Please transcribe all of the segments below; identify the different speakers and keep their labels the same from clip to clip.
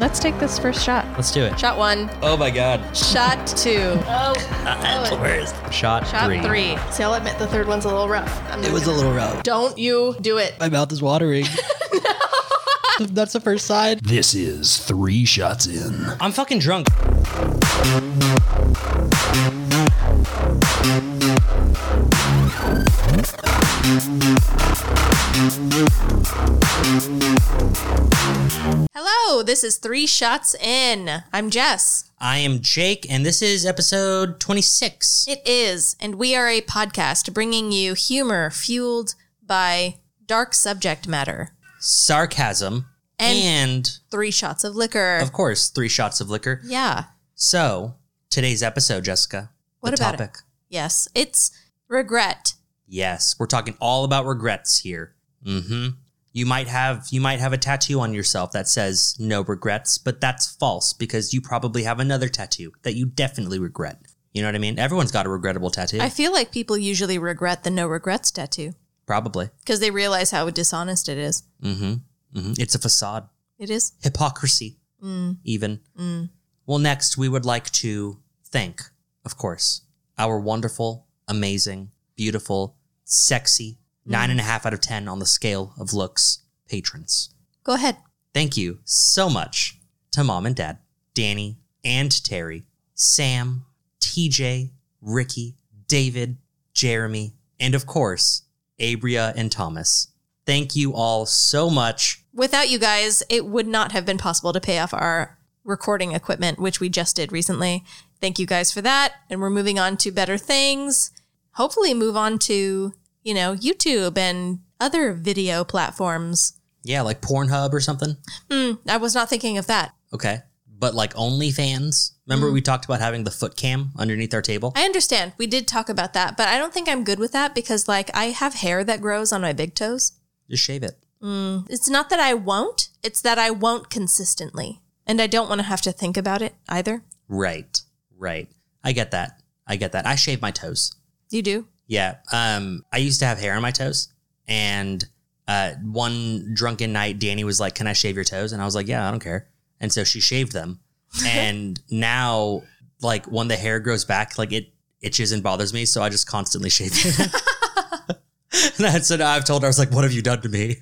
Speaker 1: Let's take this first shot.
Speaker 2: Let's do it.
Speaker 1: Shot one,
Speaker 2: Oh my God.
Speaker 1: shot two,
Speaker 3: Oh,
Speaker 4: Uh,
Speaker 2: the worst. Shot,
Speaker 1: shot three.
Speaker 3: See, I'll admit the third one's a little rough. I'm not
Speaker 4: It was a
Speaker 3: gonna-
Speaker 4: little rough.
Speaker 1: Don't you do it.
Speaker 4: My mouth is watering. That's the first side.
Speaker 5: This is Three Shots In.
Speaker 2: I'm fucking drunk.
Speaker 3: Hello, this is Three Shots In. I'm Jess.
Speaker 2: I am Jake, and this is episode 26.
Speaker 3: It is, and we are a podcast bringing you humor fueled by dark subject matter.
Speaker 2: Sarcasm.
Speaker 3: And-
Speaker 2: and
Speaker 3: Three shots of liquor.
Speaker 2: of course, three shots of liquor.
Speaker 3: yeah.
Speaker 2: So, today's episode, Jessica.
Speaker 3: What
Speaker 2: the
Speaker 3: about it?
Speaker 2: topic?
Speaker 3: Yes. It's regret.
Speaker 2: Yes, we're talking all about regrets here. Mhm. You might have you might have a tattoo on yourself that says no regrets, but that's false because you probably have another tattoo that you definitely regret. You know what I mean? Everyone's got a regrettable tattoo.
Speaker 3: I feel like people usually regret the no regrets tattoo
Speaker 2: probably.
Speaker 3: because they realize how dishonest it is.
Speaker 2: Mhm. Mhm. It's a facade.
Speaker 3: It is.
Speaker 2: hypocrisy, even. Well, next, we would like to thank, of course, our wonderful, amazing, beautiful, sexy, nine and a half out of 10 on the scale of looks patrons.
Speaker 3: Go ahead.
Speaker 2: Thank you so much to mom and dad, Danny and Terry, Sam, TJ, Ricky, David, Jeremy, and of course, Abria and Thomas. Thank you all so much.
Speaker 3: Without you guys, it would not have been possible to pay off our recording equipment, which we just did recently. Thank you guys for that. And we're moving on to better things. Hopefully, move on to, you know, YouTube and other video platforms.
Speaker 2: Yeah, like Pornhub or something.
Speaker 3: Hmm, I was not thinking of that.
Speaker 2: Okay. But like OnlyFans. Remember we talked about having the foot cam underneath our table?
Speaker 3: I understand. We did talk about that, but I don't think I'm good with that because, like, I have hair that grows on my big toes.
Speaker 2: Just shave it.
Speaker 3: It's not that I won't, it's that I won't consistently. And I don't want to have to think about it either.
Speaker 2: Right. Right. I get that. I get that. I shave my toes.
Speaker 3: You do?
Speaker 2: Yeah. Um I used to have hair on my toes and uh one drunken night Danny was like, "Can I shave your toes?" and I was like, "Yeah, I don't care." And so she shaved them. and now like when the hair grows back, like it itches and bothers me, so I just constantly shave it. and I- so now I've told her I was like, "What have you done to me?"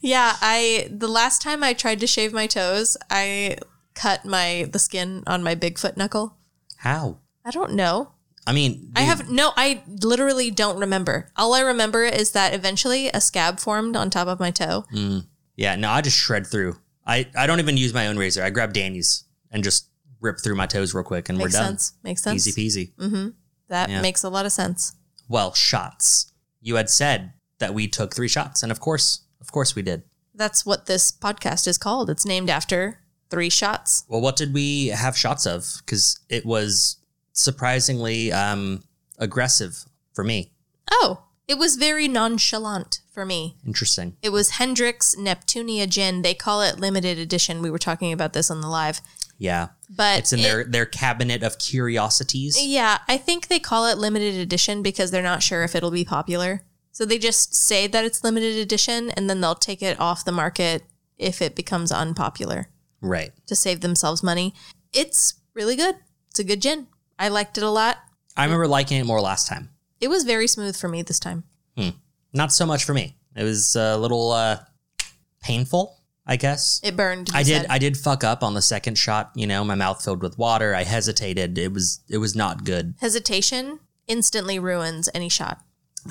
Speaker 3: Yeah, I the last time I tried to shave my toes, I cut my the skin on my Bigfoot knuckle.
Speaker 2: How?
Speaker 3: I don't know.
Speaker 2: I mean,
Speaker 3: I
Speaker 2: dude,
Speaker 3: have no, I literally don't remember. All I remember is that eventually a scab formed on top of my toe.
Speaker 2: Mm. Yeah, no, I just shred through. I, I don't even use my own razor. I grab Danny's and just rip through my toes real quick, and
Speaker 3: Makes
Speaker 2: we're done.
Speaker 3: sense. Makes sense.
Speaker 2: Easy peasy.
Speaker 3: That
Speaker 2: Yeah.
Speaker 3: makes a lot of sense.
Speaker 2: Well, shots. You had said that we took three shots, and of course, of course, we did.
Speaker 3: That's what this podcast is called. It's named after three shots.
Speaker 2: Well, what did we have shots of? Because it was surprisingly um, aggressive for me.
Speaker 3: Oh, it was very nonchalant for me.
Speaker 2: Interesting.
Speaker 3: It was Hendrix Neptunia Gin. They call it limited edition. We were talking about this on the live,
Speaker 2: Yeah,
Speaker 3: but
Speaker 2: it's in
Speaker 3: Uh, it-
Speaker 2: their their cabinet of curiosities.
Speaker 3: Yeah, I think they call it limited edition because they're not sure if it'll be popular. So they just say that it's limited edition and then they'll take it off the market if it becomes unpopular
Speaker 2: Right.
Speaker 3: to save themselves money. It's really good. It's a good gin. I liked it a lot.
Speaker 2: I remember liking it more last time.
Speaker 3: It was very smooth for me this time.
Speaker 2: not so much for me. It was a little uh, painful, I guess.
Speaker 3: It burned.
Speaker 2: I
Speaker 3: you
Speaker 2: did
Speaker 3: said.
Speaker 2: I did fuck up on the second shot. You know, my mouth filled with water. I hesitated. It was it was not good.
Speaker 3: Hesitation instantly ruins any shot,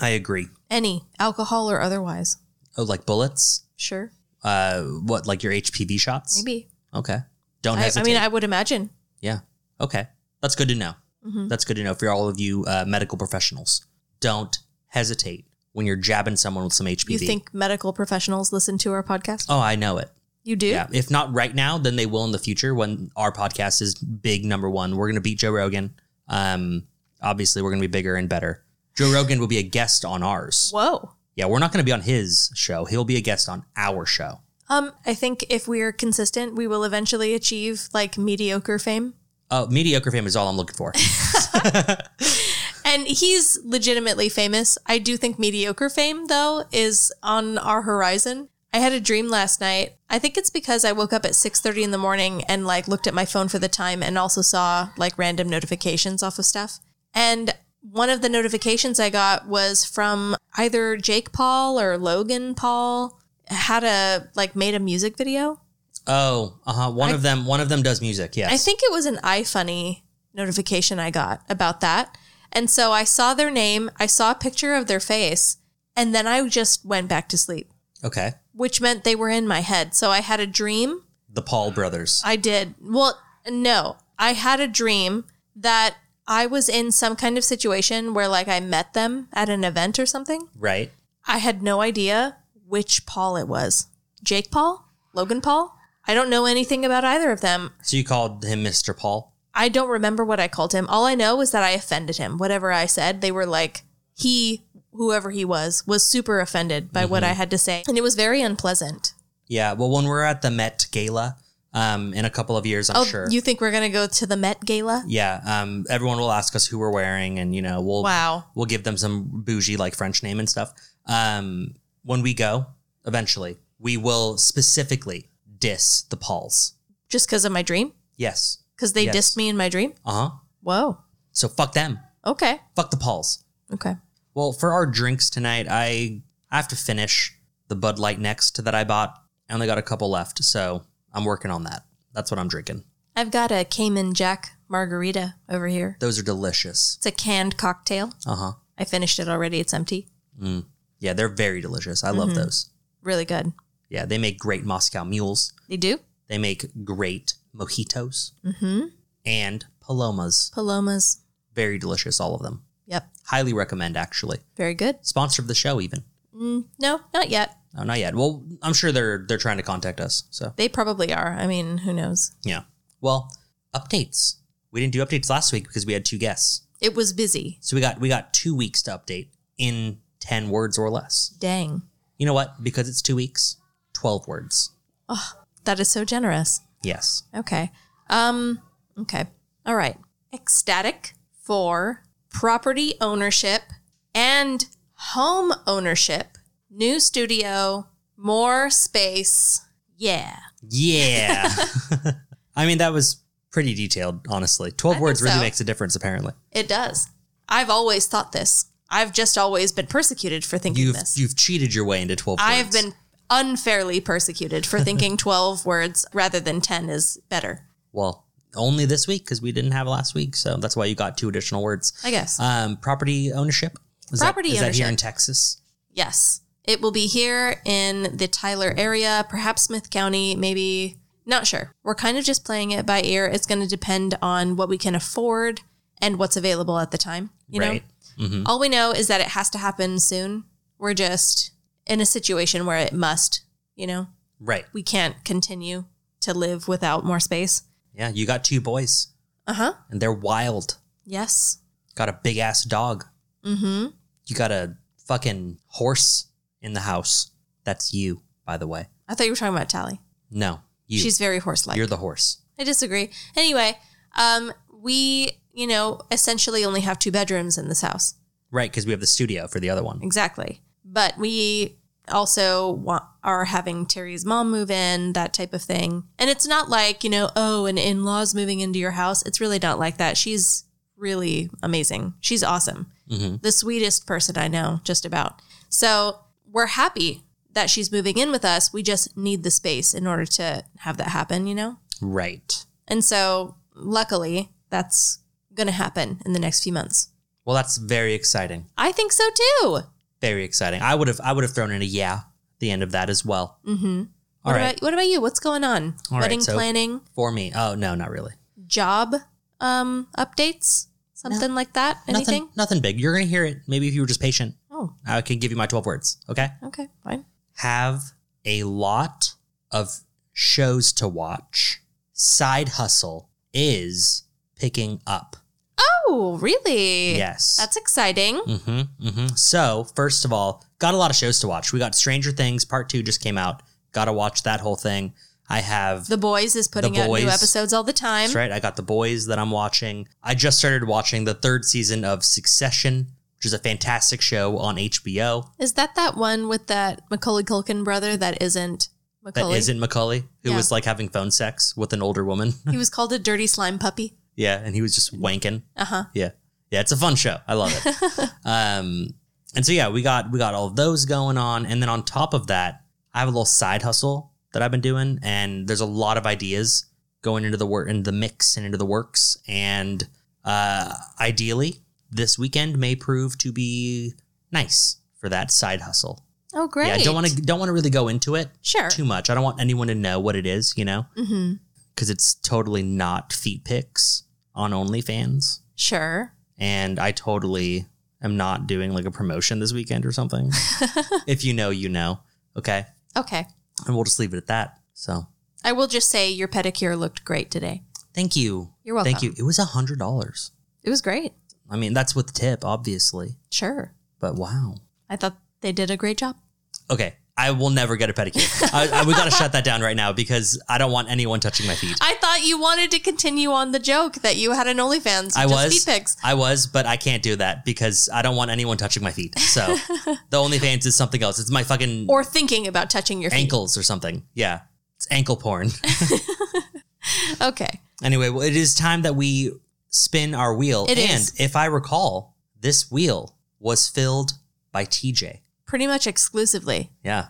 Speaker 2: I agree.
Speaker 3: any alcohol or otherwise.
Speaker 2: Oh, like bullets?
Speaker 3: Sure,
Speaker 2: Uh, what like your HPV shots?
Speaker 3: maybe.
Speaker 2: Okay. Don't
Speaker 3: I, I
Speaker 2: hesitate.
Speaker 3: mean, I would imagine.
Speaker 2: yeah. Okay. That's good to know.
Speaker 3: Mm-hmm.
Speaker 2: That's good to know for all of you uh, medical professionals. Don't hesitate when you're jabbing someone with some HPV.
Speaker 3: You think medical professionals listen to our podcast?
Speaker 2: Oh, I know it.
Speaker 3: You do?
Speaker 2: Yeah. If not right now, then they will in the future when our podcast is big number one. We're going to beat Joe Rogan. Um, obviously, we're going to be bigger and better. Joe Rogan will be a guest on ours.
Speaker 3: Whoa.
Speaker 2: Yeah, we're not going to be on his show. He'll be a guest on our show.
Speaker 3: Um, I think if we're consistent, we will eventually achieve like mediocre fame.
Speaker 2: Oh, mediocre fame is all I'm looking for.
Speaker 3: And he's legitimately famous. I do think mediocre fame, though, is on our horizon. I had a dream last night. I think it's because I woke up at 6:30 in the morning and like looked at my phone for the time and also saw like random notifications off of stuff. And one of the notifications I got was from either Jake Paul or Logan Paul had a like made a music video.
Speaker 2: Oh, uh huh. One of them. One of them does music. Yes.
Speaker 3: I think it was an iFunny notification I got about that. And so I saw their name, I saw a picture of their face, and then I just went back to sleep,
Speaker 2: Okay.
Speaker 3: which meant they were in my head. So I had a dream.
Speaker 2: The Paul brothers.
Speaker 3: I did. Well, no, I had a dream that I was in some kind of situation where like I met them at an event or something.
Speaker 2: right.
Speaker 3: I had no idea which Paul it was. Jake Paul? Logan Paul? I don't know anything about either of them.
Speaker 2: So you called him Mr. Paul.
Speaker 3: I don't remember what I called him. All I know is that I offended him. Whatever I said, they were like, he, whoever he was, was super offended by what
Speaker 2: Mm-hmm.
Speaker 3: I had to say. And it was very unpleasant.
Speaker 2: Yeah. Well, when we're at the Met Gala, um, in a couple of years, I'm
Speaker 3: oh,
Speaker 2: sure.
Speaker 3: you think we're going to go to the Met Gala?
Speaker 2: yeah. Um, everyone will ask us who we're wearing, and you know, we'll
Speaker 3: Wow.
Speaker 2: we'll give them some bougie like French name and stuff. Um, when we go, eventually, we will specifically diss the Pauls.
Speaker 3: Just because of my dream?
Speaker 2: Yes.
Speaker 3: Because they
Speaker 2: Yes.
Speaker 3: dissed me in my dream?
Speaker 2: Uh huh.
Speaker 3: Whoa.
Speaker 2: So fuck them.
Speaker 3: Okay.
Speaker 2: Fuck the Pauls.
Speaker 3: Okay.
Speaker 2: Well, for our drinks tonight, I I have to finish the Bud Light next that I bought. I only got a couple left, so I'm working on that. That's what I'm drinking.
Speaker 3: I've got a Cayman Jack margarita over here.
Speaker 2: Those are delicious.
Speaker 3: It's a canned cocktail.
Speaker 2: Uh huh.
Speaker 3: I finished it already. It's empty.
Speaker 2: Yeah, they're very delicious. I love those.
Speaker 3: Really good.
Speaker 2: Yeah, they make great Moscow mules.
Speaker 3: They do?
Speaker 2: They make great mojitos and palomas.
Speaker 3: Palomas.
Speaker 2: Very delicious, all of them.
Speaker 3: Yep.
Speaker 2: Highly recommend, actually.
Speaker 3: Very good.
Speaker 2: Sponsor of the show, even.
Speaker 3: No, not yet.
Speaker 2: Oh, not yet. Well, I'm sure they're they're trying to contact us. So
Speaker 3: They probably are. I mean, who knows?
Speaker 2: yeah. Well, updates. We didn't do updates last week because we had two guests.
Speaker 3: It was busy.
Speaker 2: So we got we got two weeks to update in ten words or less.
Speaker 3: Dang.
Speaker 2: You know what? Because it's two weeks, twelve words.
Speaker 3: That is so generous.
Speaker 2: Yes.
Speaker 3: Okay. Um okay. All right. Ecstatic for property ownership and home ownership. New studio, more space. Yeah.
Speaker 2: Yeah. I mean that was pretty detailed, honestly. Twelve
Speaker 3: I
Speaker 2: words
Speaker 3: think
Speaker 2: really
Speaker 3: so.
Speaker 2: makes a difference, apparently.
Speaker 3: It does. I've always thought this. I've just always been persecuted for thinking
Speaker 2: You've
Speaker 3: this.
Speaker 2: you've cheated your way into twelve.
Speaker 3: I've
Speaker 2: words.
Speaker 3: been unfairly persecuted for thinking 12 words rather than 10 is better.
Speaker 2: well only this week because we didn't have last week, so that's why you got two additional words.
Speaker 3: I guess.
Speaker 2: Um, property ownership. Is
Speaker 3: Property
Speaker 2: that, is that here
Speaker 3: ownership.
Speaker 2: in Texas?
Speaker 3: Yes. It will be here in the Tyler area, perhaps Smith County, maybe not sure. We're kind of just playing it by ear. It's going to depend on what we can afford and what's available at the time, you
Speaker 2: right. Hmm.
Speaker 3: know. All we know is that it has to happen soon. We're just in a situation where it must, you know.
Speaker 2: Right.
Speaker 3: We can't continue to live without more space.
Speaker 2: Yeah. You got two boys,
Speaker 3: Uh-huh.
Speaker 2: and they're wild.
Speaker 3: Yes.
Speaker 2: Got a big ass dog.
Speaker 3: Mhm.
Speaker 2: You got a fucking horse in the house. That's you, by the way.
Speaker 3: I thought you were talking about Tally.
Speaker 2: No, you.
Speaker 3: She's very horse-like.
Speaker 2: You're the horse.
Speaker 3: I disagree. Anyway, um, we, you know, essentially only have two bedrooms in this house.
Speaker 2: Right, because we have the studio for the other one.
Speaker 3: Exactly. But we also want, are having Terry's mom move in, that type of thing. And it's not like, you know, oh, an in law's moving into your house. It's really not like that. She's really amazing. She's awesome. The sweetest person I know, just about. So we're happy that she's moving in with us. We just need the space in order to have that happen, you know?
Speaker 2: Right.
Speaker 3: And so, luckily, that's going to happen in the next few months.
Speaker 2: Well, that's very exciting.
Speaker 3: I think so too.
Speaker 2: Very exciting. I would have I would have thrown in a yeah at the end of that as well.
Speaker 3: Mm-hmm.
Speaker 2: All
Speaker 3: what,
Speaker 2: right.
Speaker 3: about, what about you? What's going on?
Speaker 2: All right,
Speaker 3: Wedding
Speaker 2: so-
Speaker 3: planning,
Speaker 2: For me. Oh no, not really.
Speaker 3: job um, updates, something like that. Anything?
Speaker 2: Nothing nothing big. You're gonna hear it. Maybe if you were just patient.
Speaker 3: Oh,
Speaker 2: I can give you my twelve words. Okay?
Speaker 3: okay, fine.
Speaker 2: Have a lot of shows to watch. Side hustle is picking up.
Speaker 3: Oh, really?
Speaker 2: Yes.
Speaker 3: That's exciting.
Speaker 2: Mm-hmm, mm-hmm. So, first of all, got a lot of shows to watch. We got Stranger Things Part Two just came out. Got to watch that whole thing. I have
Speaker 3: The boys is putting out
Speaker 2: Boys.
Speaker 3: new episodes all the time.
Speaker 2: that's right. I got the boys that I'm watching. I just started watching the third season of Succession, which is a fantastic show on HBO
Speaker 3: Is that that one with that Macaulay Culkin brother that isn't
Speaker 2: that
Speaker 3: Macaulay?
Speaker 2: not Macaulay, who
Speaker 3: Yeah.
Speaker 2: was like having phone sex with an older woman.
Speaker 3: He was called a dirty slime puppy.
Speaker 2: yeah, and he was just wanking.
Speaker 3: Uh huh.
Speaker 2: Yeah. Yeah, it's a fun show. I love it. um and so yeah, we got we got all of those going on and then on top of that, I have a little side hustle that I've been doing and there's a lot of ideas going into the work into the mix and into the works and uh ideally this weekend may prove to be nice for that side hustle.
Speaker 3: Oh, great.
Speaker 2: Yeah, I don't want to don't want to really go into it
Speaker 3: Sure.
Speaker 2: too much. I don't want anyone to know what it is, you know,
Speaker 3: Mm-hmm.
Speaker 2: cuz it's totally not feet pics on OnlyFans
Speaker 3: Sure.
Speaker 2: and I totally am not doing like a promotion this weekend or something. if you know, you know. Okay.
Speaker 3: Okay.
Speaker 2: And we'll just leave it at that. So
Speaker 3: I will just say your pedicure looked great today.
Speaker 2: thank you.
Speaker 3: You're welcome.
Speaker 2: Thank you. It was a hundred dollars.
Speaker 3: It was great.
Speaker 2: I mean, that's with tip, obviously.
Speaker 3: Sure.
Speaker 2: But wow.
Speaker 3: I thought they did a great job.
Speaker 2: Okay. I will never get a pedicure. I, I, we gotta shut that down right now because I don't want anyone touching my feet.
Speaker 3: I thought you wanted to continue on the joke that you had an OnlyFans.
Speaker 2: I
Speaker 3: just
Speaker 2: was,
Speaker 3: feet pics.
Speaker 2: I was, but I can't do that because I don't want anyone touching my feet. So the OnlyFans is something else. It's my fucking
Speaker 3: or thinking about touching your feet.
Speaker 2: ankles or something. Yeah, it's ankle porn.
Speaker 3: Okay.
Speaker 2: Anyway, well, it is time that we spin our wheel.
Speaker 3: It
Speaker 2: and
Speaker 3: is.
Speaker 2: if I recall, this wheel was filled by TJ.
Speaker 3: Pretty much exclusively.
Speaker 2: Yeah.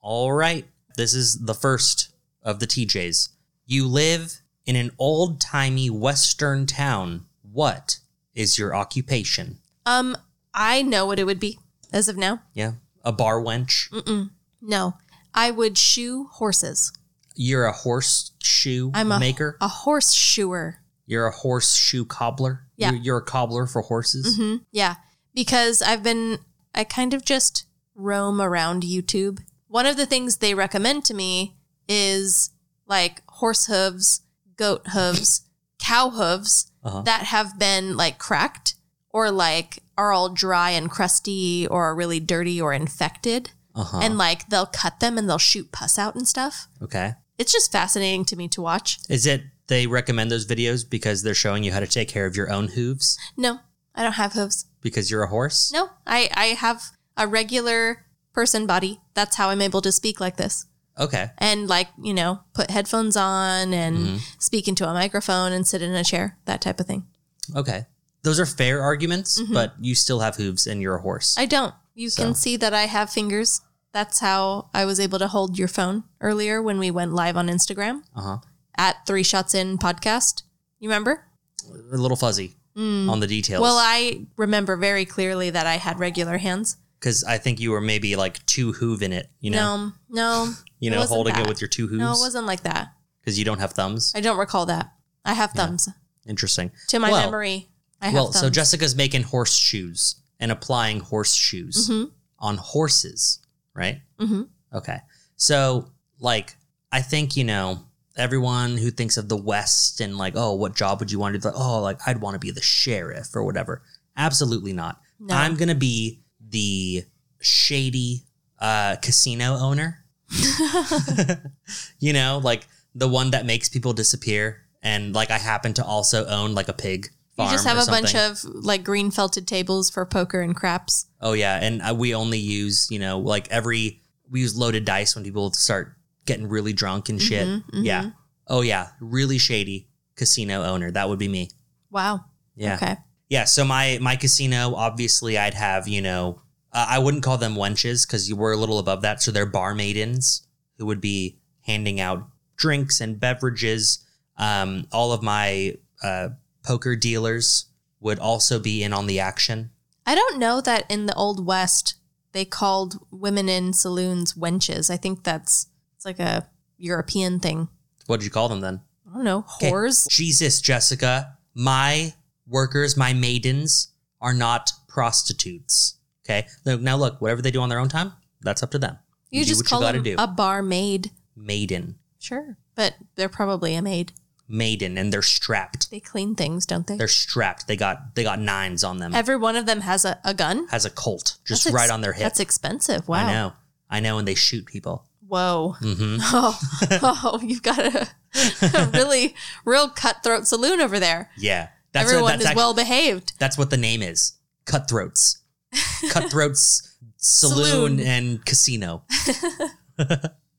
Speaker 2: All right. This is the first of the TJs. You live in an old timey Western town. What is your occupation?
Speaker 3: Um, I know what it would be as of now.
Speaker 2: Yeah. A bar wench.
Speaker 3: Mm. No, I would shoe horses.
Speaker 2: You're a horseshoe
Speaker 3: I'm a
Speaker 2: maker.
Speaker 3: a horse shoer.
Speaker 2: You're a horseshoe cobbler.
Speaker 3: Yeah.
Speaker 2: You're, you're a cobbler for horses.
Speaker 3: hmm Yeah, because I've been I kind of just roam around YouTube. One of the things they recommend to me is like horse hooves, goat hooves, cow hooves
Speaker 2: Uh-huh.
Speaker 3: that have been like cracked or like are all dry and crusty or are really dirty or infected.
Speaker 2: Uh-huh.
Speaker 3: And like they'll cut them and they'll shoot pus out and stuff.
Speaker 2: okay.
Speaker 3: It's just fascinating to me to watch.
Speaker 2: Is it they recommend those videos because they're showing you how to take care of your own hooves
Speaker 3: No, I don't have hooves.
Speaker 2: because you're a horse?
Speaker 3: No, I, I have a regular person body. That's how I'm able to speak like this.
Speaker 2: Okay.
Speaker 3: And like, you know, put headphones on and
Speaker 2: Mm-hmm.
Speaker 3: speak into a microphone and sit in a chair, that type of thing.
Speaker 2: Okay. Those are fair arguments, but you still have hooves and you're a horse.
Speaker 3: Mm-hmm. I don't. You
Speaker 2: So.
Speaker 3: can see that I have fingers. That's how I was able to hold your phone earlier when we went live on Instagram
Speaker 2: uh-huh.
Speaker 3: at Three Shots In podcast. You remember?
Speaker 2: A little fuzzy on the details.
Speaker 3: Mm. Well, I remember very clearly that I had regular hands.
Speaker 2: because I think you were maybe like two hoove in it, you know,
Speaker 3: No, no,
Speaker 2: you
Speaker 3: it
Speaker 2: know,
Speaker 3: wasn't
Speaker 2: holding
Speaker 3: that.
Speaker 2: it with your two
Speaker 3: no, it
Speaker 2: hooves
Speaker 3: wasn't like that.
Speaker 2: because you don't have thumbs.
Speaker 3: I don't recall that. I have thumbs.
Speaker 2: Interesting.
Speaker 3: To my
Speaker 2: Well-
Speaker 3: memory, I have
Speaker 2: well,
Speaker 3: thumbs.
Speaker 2: so Jessica's making horseshoes and applying horseshoes
Speaker 3: Mm-hmm.
Speaker 2: on horses, right?
Speaker 3: Mhm.
Speaker 2: Okay. So, like, I think, you know, everyone who thinks of the West and, like, oh, what job would you want to do? Like, oh, like, I'd want to be the sheriff or whatever. Absolutely not.
Speaker 3: No.
Speaker 2: I'm going to be the shady uh, casino owner. you know, like the one that makes people disappear. And, like, I happen to also own, like, a pig.
Speaker 3: you just
Speaker 2: farm
Speaker 3: have
Speaker 2: or
Speaker 3: a bunch
Speaker 2: something.
Speaker 3: of like green felted tables for poker and craps.
Speaker 2: Oh yeah, and uh, we only use you know like every we use loaded dice when people start getting really drunk and shit.
Speaker 3: Mhm, mhm.
Speaker 2: Yeah. Oh yeah, really shady casino owner. That would be me.
Speaker 3: Wow.
Speaker 2: Yeah.
Speaker 3: Okay.
Speaker 2: Yeah. So my my casino, obviously, I'd have you know uh, I wouldn't call them wenches because you were a little above that. So they're barmaidens who would be handing out drinks and beverages. Um, all of my uh, poker dealers would also be in on the action.
Speaker 3: I don't know that in the old west they called women in saloons wenches. I think that's it's like a European thing.
Speaker 2: What did you call them then?
Speaker 3: I don't know
Speaker 2: Okay.
Speaker 3: whores.
Speaker 2: Jesus, Jessica, my workers, my maidens are not prostitutes. Okay. Now- Now look, whatever they do on their own time, that's up to them.
Speaker 3: You,
Speaker 2: do
Speaker 3: just
Speaker 2: what
Speaker 3: call
Speaker 2: you gotta
Speaker 3: them
Speaker 2: do.
Speaker 3: a barmaid.
Speaker 2: maiden,
Speaker 3: Sure, but they're probably a maid.
Speaker 2: maiden, and they're strapped.
Speaker 3: They clean things, don't they?
Speaker 2: They're strapped. They got they got nines on them.
Speaker 3: Every one of them has a, a gun.
Speaker 2: Has a colt just
Speaker 3: That's ex-
Speaker 2: right on their hip.
Speaker 3: That's expensive. Wow.
Speaker 2: I know, I know, and they shoot people.
Speaker 3: Whoa.
Speaker 2: hmm
Speaker 3: Oh, oh, you've got a, a really real cutthroat saloon over there.
Speaker 2: Yeah. That's,
Speaker 3: Everyone
Speaker 2: that's,
Speaker 3: is
Speaker 2: act-
Speaker 3: well behaved.
Speaker 2: that's what the name is Cutthroats. Cutthroats Saloon
Speaker 3: Saloon.
Speaker 2: and Casino.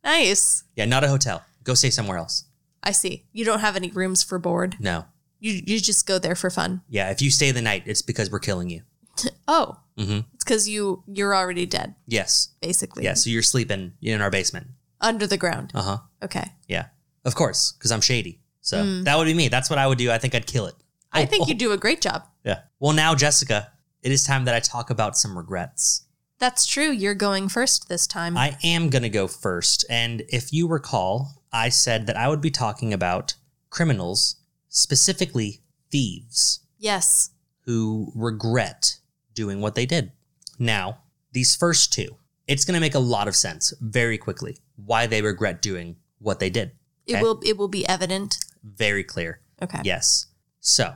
Speaker 3: Nice.
Speaker 2: Yeah, not a hotel. Go stay somewhere else.
Speaker 3: I see. You don't have any rooms for board.
Speaker 2: No.
Speaker 3: You you just go there for fun.
Speaker 2: Yeah, if you stay the night, it's because we're killing you.
Speaker 3: Oh,
Speaker 2: Mhm.
Speaker 3: it's because you you're already dead,
Speaker 2: Yes.
Speaker 3: basically.
Speaker 2: Yeah, so you're sleeping in our basement.
Speaker 3: Under the ground.
Speaker 2: Uh huh.
Speaker 3: Okay.
Speaker 2: Yeah. Of course, because I'm shady. So that would be me. That's what I would do. I think I'd kill it.
Speaker 3: Mm. I think
Speaker 2: oh.
Speaker 3: you do a great job.
Speaker 2: Yeah. Well, now, Jessica, it is time that I talk about some regrets.
Speaker 3: That's true. You're going first this time.
Speaker 2: I am going to go first. And if you recall, I said that I would be talking about criminals, specifically thieves,
Speaker 3: yes.
Speaker 2: who regret doing what they did. Now, these first two, it's going to make a lot of sense very quickly why they regret doing what they did.
Speaker 3: It
Speaker 2: Okay.
Speaker 3: will it will be evident.
Speaker 2: Very clear.
Speaker 3: Okay.
Speaker 2: Yes. So,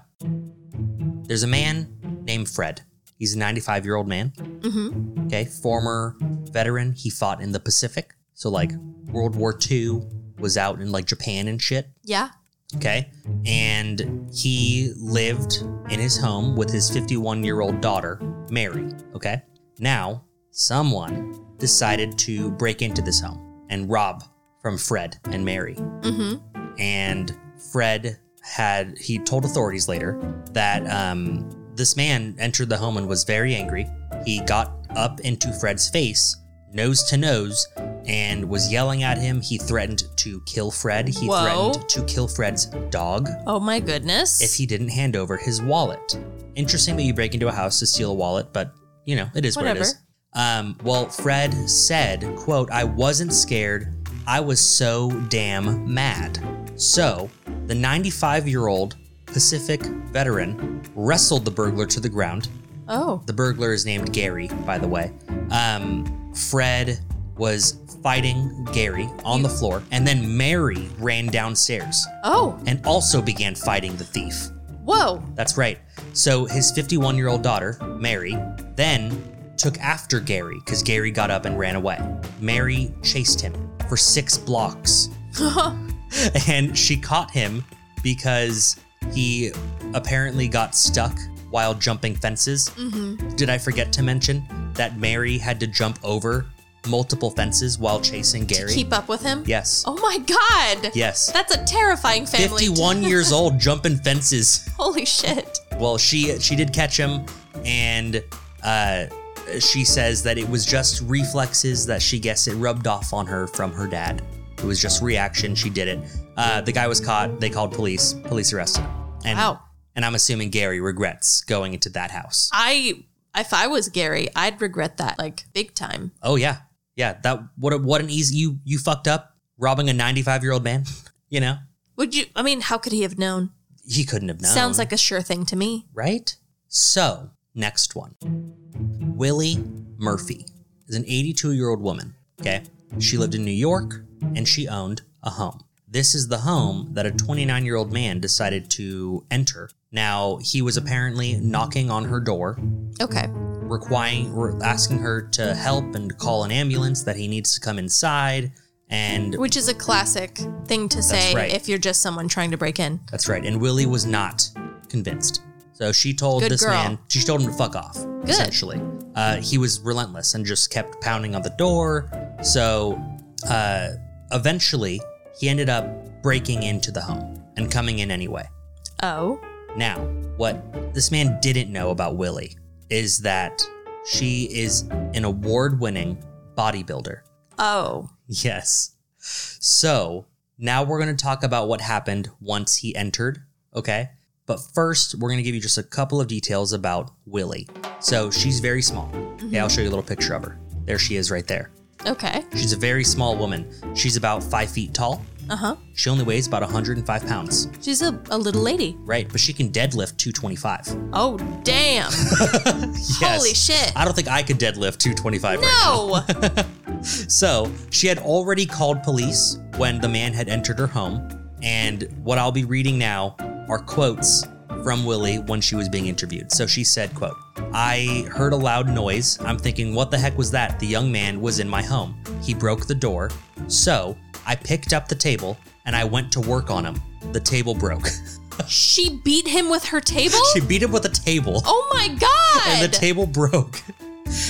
Speaker 2: there's a man named Fred. He's a 95 year old man.
Speaker 3: Mm-hmm.
Speaker 2: Okay, former veteran. He fought in the Pacific. So like World War II was out in like Japan and shit.
Speaker 3: Yeah.
Speaker 2: Okay. And he lived in his home with his 51 year old daughter, Mary. Okay. Now, someone decided to break into this home and rob from Fred and Mary
Speaker 3: Mm-hmm.
Speaker 2: and Fred had he told authorities later that um, this man entered the home and was very angry. He got up into Fred's face, nose to nose, and was yelling at him. He threatened to kill Fred. He
Speaker 3: Whoa.
Speaker 2: threatened to kill Fred's dog
Speaker 3: Oh my goodness.
Speaker 2: if he didn't hand over his wallet. Interesting that you break into a house to steal a wallet, but you know, it is what it
Speaker 3: Whatever.
Speaker 2: is. Um, well, Fred said, quote, I wasn't scared. I was so damn mad. So the 95 year old Pacific veteran wrestled the burglar to the ground.
Speaker 3: oh.
Speaker 2: The burglar is named Gary, by the way. Um, Fred was fighting Gary on the floor, and then Mary ran downstairs
Speaker 3: Oh.
Speaker 2: and also began fighting the thief.
Speaker 3: Whoa.
Speaker 2: That's right. So his 51 year old daughter, Mary, then took after Gary because Gary got up and ran away. Mary chased him for six blocks and she caught him because he apparently got stuck while jumping fences.
Speaker 3: Mm-hmm.
Speaker 2: Did I forget to mention that Mary had to jump over multiple fences while chasing Gary?
Speaker 3: Keep up with him.
Speaker 2: yes.
Speaker 3: Oh my god.
Speaker 2: Yes.
Speaker 3: That's a terrifying family.
Speaker 2: 51 years old jumping fences.
Speaker 3: Holy shit.
Speaker 2: Well, she she did catch him, and uh, she says that it was just reflexes that she guessed it rubbed off on her from her dad. It was just reaction. She did it. Uh, the guy was caught. They called police. Police arrested him. And,
Speaker 3: Wow.
Speaker 2: And I'm assuming Gary regrets going into that house.
Speaker 3: I if I was Gary, I'd regret that like big time.
Speaker 2: Oh yeah, yeah. That what a, what an easy you you fucked up robbing a 95 year old man. you know
Speaker 3: Would you I mean, how could he have known?
Speaker 2: he couldn't have known.
Speaker 3: Sounds like a sure thing to me.
Speaker 2: right? So, next one. Willie Murphy is an 82 year old woman. Okay. She lived in New York and she owned a home. This is the home that a 29 year old man decided to enter. Now, he was apparently knocking on her door,
Speaker 3: Okay.
Speaker 2: requiring, re- asking her to help and call an ambulance that he needs to come inside. And
Speaker 3: Which is a classic thing to say
Speaker 2: right.
Speaker 3: if you're just someone trying to break in.
Speaker 2: that's right. And Willie was not convinced. So she told
Speaker 3: Good
Speaker 2: this
Speaker 3: girl.
Speaker 2: man, she told him to fuck off, essentially. Uh, he was relentless and just kept pounding on the door. So uh, eventually, he ended up breaking into the home and coming in anyway.
Speaker 3: Oh.
Speaker 2: Now, what this man didn't know about Willie is that she is an award winning bodybuilder.
Speaker 3: Oh.
Speaker 2: Yes. So now we're going to talk about what happened once he entered. Okay. But first, we're going to give you just a couple of details about Willie. So she's very small.
Speaker 3: Mm-hmm.
Speaker 2: Yeah, I'll show you a little picture of her. There she is right there.
Speaker 3: Okay.
Speaker 2: She's a very small woman. She's about five feet tall.
Speaker 3: Uh huh.
Speaker 2: She only weighs about 105 pounds,
Speaker 3: She's a, a little lady.
Speaker 2: right? But she can deadlift 225.
Speaker 3: Oh, damn.
Speaker 2: Yes.
Speaker 3: Holy shit.
Speaker 2: I don't think I could deadlift 225 right
Speaker 3: No.
Speaker 2: So she had already called police when the man had entered her home. And what I'll be reading now are quotes from Willie when she was being interviewed. So she said, quote, I heard a loud noise. I'm thinking, what the heck was that? The young man was in my home. He broke the door. So I picked up the table and I went to work on him. The table broke.
Speaker 3: She beat him with her table?
Speaker 2: she beat him with a table.
Speaker 3: oh my god!
Speaker 2: and the table broke.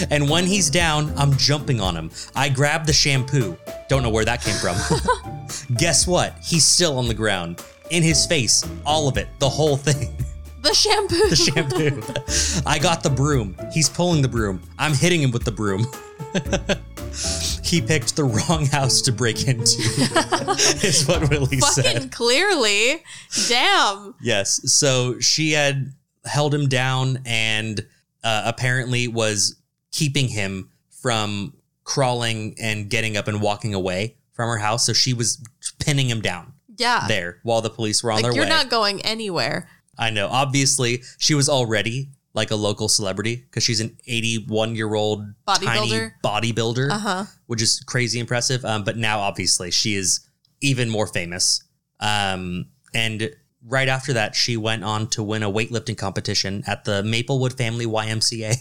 Speaker 2: And when he's down, I'm jumping on him. I grab the shampoo. Don't know where that came from. Guess what? He's still on the ground. In his face, all of it, the whole thing.
Speaker 3: the shampoo.
Speaker 2: The shampoo. I got the broom. He's pulling the broom. I'm hitting him with the broom. he picked the wrong house to break into, is what Willie said.
Speaker 3: Fucking clearly. Damn.
Speaker 2: Yes. So she had held him down and uh, apparently was keeping him from crawling and getting up and walking away from her house. So she was pinning him down
Speaker 3: Yeah.
Speaker 2: there while the police were on
Speaker 3: Ah. like
Speaker 2: their way.
Speaker 3: you're not going anywhere.
Speaker 2: I know. Obviously, she was already like a local celebrity because she's an 81 year old
Speaker 3: Bodybuilder.
Speaker 2: tiny bodybuilder,
Speaker 3: Uh-huh.
Speaker 2: which is crazy impressive. Um, but now, obviously, she is even more famous. Um, and right after that, she went on to win a weightlifting competition at the Maplewood Family YMCA.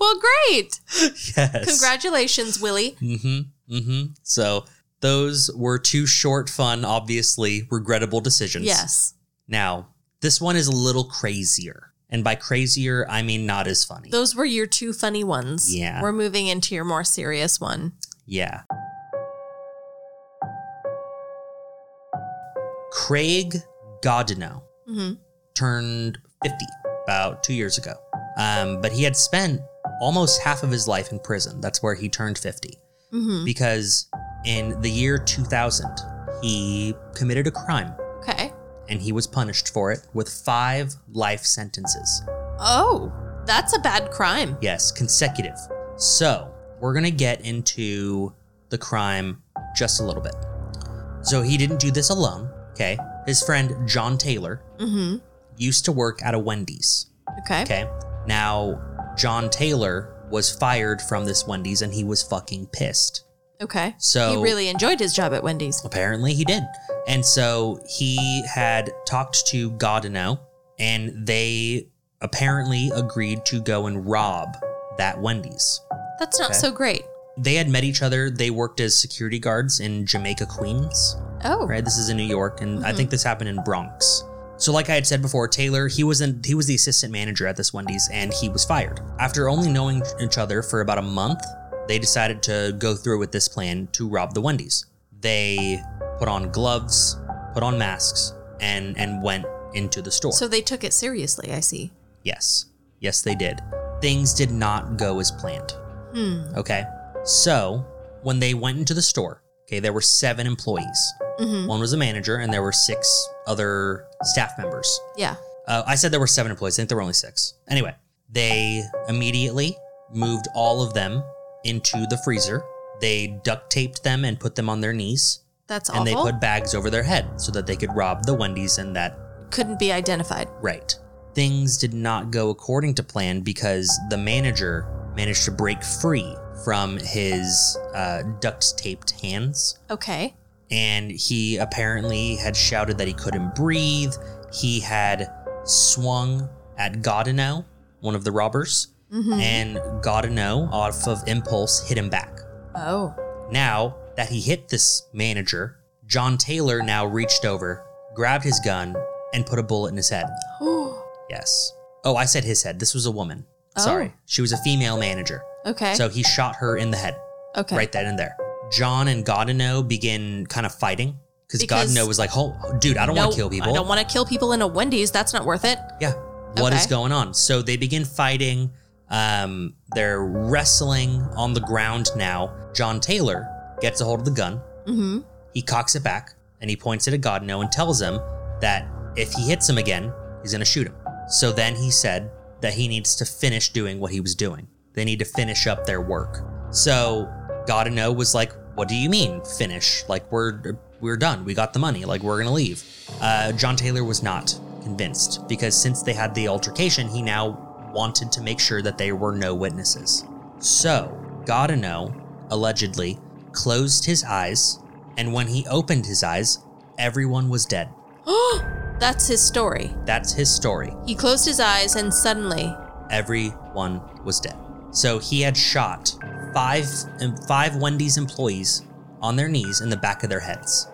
Speaker 3: Well, great.
Speaker 2: yes.
Speaker 3: Congratulations, Willie.
Speaker 2: Mm-hmm. Mm-hmm. So those were two short, fun, obviously regrettable decisions.
Speaker 3: Yes.
Speaker 2: Now, this one is a little crazier. And by crazier, I mean not as funny.
Speaker 3: Those were your two funny ones.
Speaker 2: Yeah.
Speaker 3: We're moving into your more serious one.
Speaker 2: yeah. Craig Godineau
Speaker 3: hmm
Speaker 2: turned 50 about two years ago. Um, but he had spent almost half of his life in prison. That's where he turned 50.
Speaker 3: hmm
Speaker 2: Because in the year 2000, he committed a crime
Speaker 3: Okay.
Speaker 2: and he was punished for it with five life sentences.
Speaker 3: Oh, that's a bad crime.
Speaker 2: Yes, consecutive. So we're going to get into the crime just a little bit. So he didn't do this alone. Okay. His friend, John Taylor,
Speaker 3: Mm-hmm.
Speaker 2: used to work at a Wendy's.
Speaker 3: Okay.
Speaker 2: Okay. Now, John Taylor was fired from this Wendy's and he was fucking pissed.
Speaker 3: Okay.
Speaker 2: So
Speaker 3: he really enjoyed his job at Wendy's.
Speaker 2: Apparently he did. And so he had talked to Godineau, and they apparently agreed to go and rob that Wendy's.
Speaker 3: That's not
Speaker 2: Okay.
Speaker 3: so great.
Speaker 2: They had met each other. They worked as security guards in Jamaica, Queens.
Speaker 3: Oh.
Speaker 2: Right? This is in New York, and I think this happened in Bronx. So, like I had said before, Taylor he was in, he was the assistant manager at this Wendy's, and he was fired after only knowing each other for about a month. They decided to go through with this plan to rob the Wendy's. They put on gloves, put on masks, and and went into the store.
Speaker 3: So they took it seriously, I see.
Speaker 2: yes, yes, they did. Things did not go as planned.
Speaker 3: Hmm.
Speaker 2: Okay. So when they went into the store, okay, there were seven employees.
Speaker 3: hmm
Speaker 2: One was a manager, and there were six other staff members.
Speaker 3: Yeah.
Speaker 2: Uh, I said there were seven employees. I think there were only six. Anyway, they immediately moved all of them into the freezer. They duct taped them and put them on their knees,
Speaker 3: That's
Speaker 2: and they
Speaker 3: awful.
Speaker 2: put bags over their head so that they could rob the Wendy's and that
Speaker 3: Couldn't be identified.
Speaker 2: right. Things did not go according to plan because the manager managed to break free from his uh, duct taped hands
Speaker 3: Okay.
Speaker 2: and he apparently had shouted that he couldn't breathe. He had swung at Godineau, one of the robbers,
Speaker 3: Mm-hmm.
Speaker 2: and Godineau, off of impulse, hit him back.
Speaker 3: Oh.
Speaker 2: Now that he hit this manager, John Taylor now reached over, grabbed his gun, and put a bullet in his head. Yes. Oh, I said his head. This was a woman. Sorry. She was a female manager.
Speaker 3: Oh. okay.
Speaker 2: So he shot her in the head
Speaker 3: okay.
Speaker 2: right then and there. John and Godineau begin kind of fighting because
Speaker 3: Because-
Speaker 2: Godineau was like, "Oh, dude, I don't want
Speaker 3: Nope,
Speaker 2: to kill people.
Speaker 3: I don't want to kill people in a Wendy's. That's not worth it.
Speaker 2: yeah, what is
Speaker 3: Okay.
Speaker 2: going on?" So they begin fighting. Um, they're wrestling on the ground now. John Taylor gets a hold of the gun.
Speaker 3: Mm-hmm.
Speaker 2: He cocks it back and he points it at Godineau and tells him that if he hits him again, he's going to shoot him. So then he said that he needs to finish doing what he was doing. They need to finish up their work. So Godineau was like, "What do you mean finish? Like we're we're done. We got the money. Like we're going to leave." Uh, John Taylor was not convinced because since they had the altercation, he now wanted to make sure that there were no witnesses. So Godineau allegedly closed his eyes and when he opened his eyes, everyone was dead.
Speaker 3: That's his story.
Speaker 2: That's his story.
Speaker 3: He closed his eyes and suddenly,
Speaker 2: Everyone was dead. So he had shot five and five Wendy's employees on their knees in the back of their heads.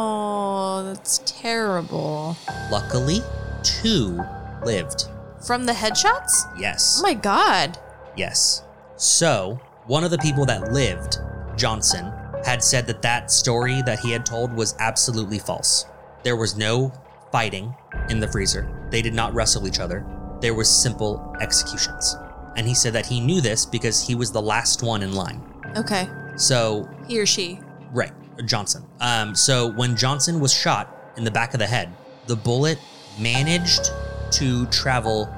Speaker 3: Oh, that's terrible.
Speaker 2: Luckily, two lived.
Speaker 3: From the headshots?
Speaker 2: Yes.
Speaker 3: Oh my god.
Speaker 2: Yes. So, one of the people that lived, Johnson, had said that that story that he had told was absolutely false. There was no fighting in the freezer, they did not wrestle each other. There was simple executions. And he said that he knew this because he was the last one in line.
Speaker 3: Okay.
Speaker 2: So,
Speaker 3: He or she.
Speaker 2: right, Johnson. Um, so, when Johnson was shot in the back of the head, the bullet managed to travel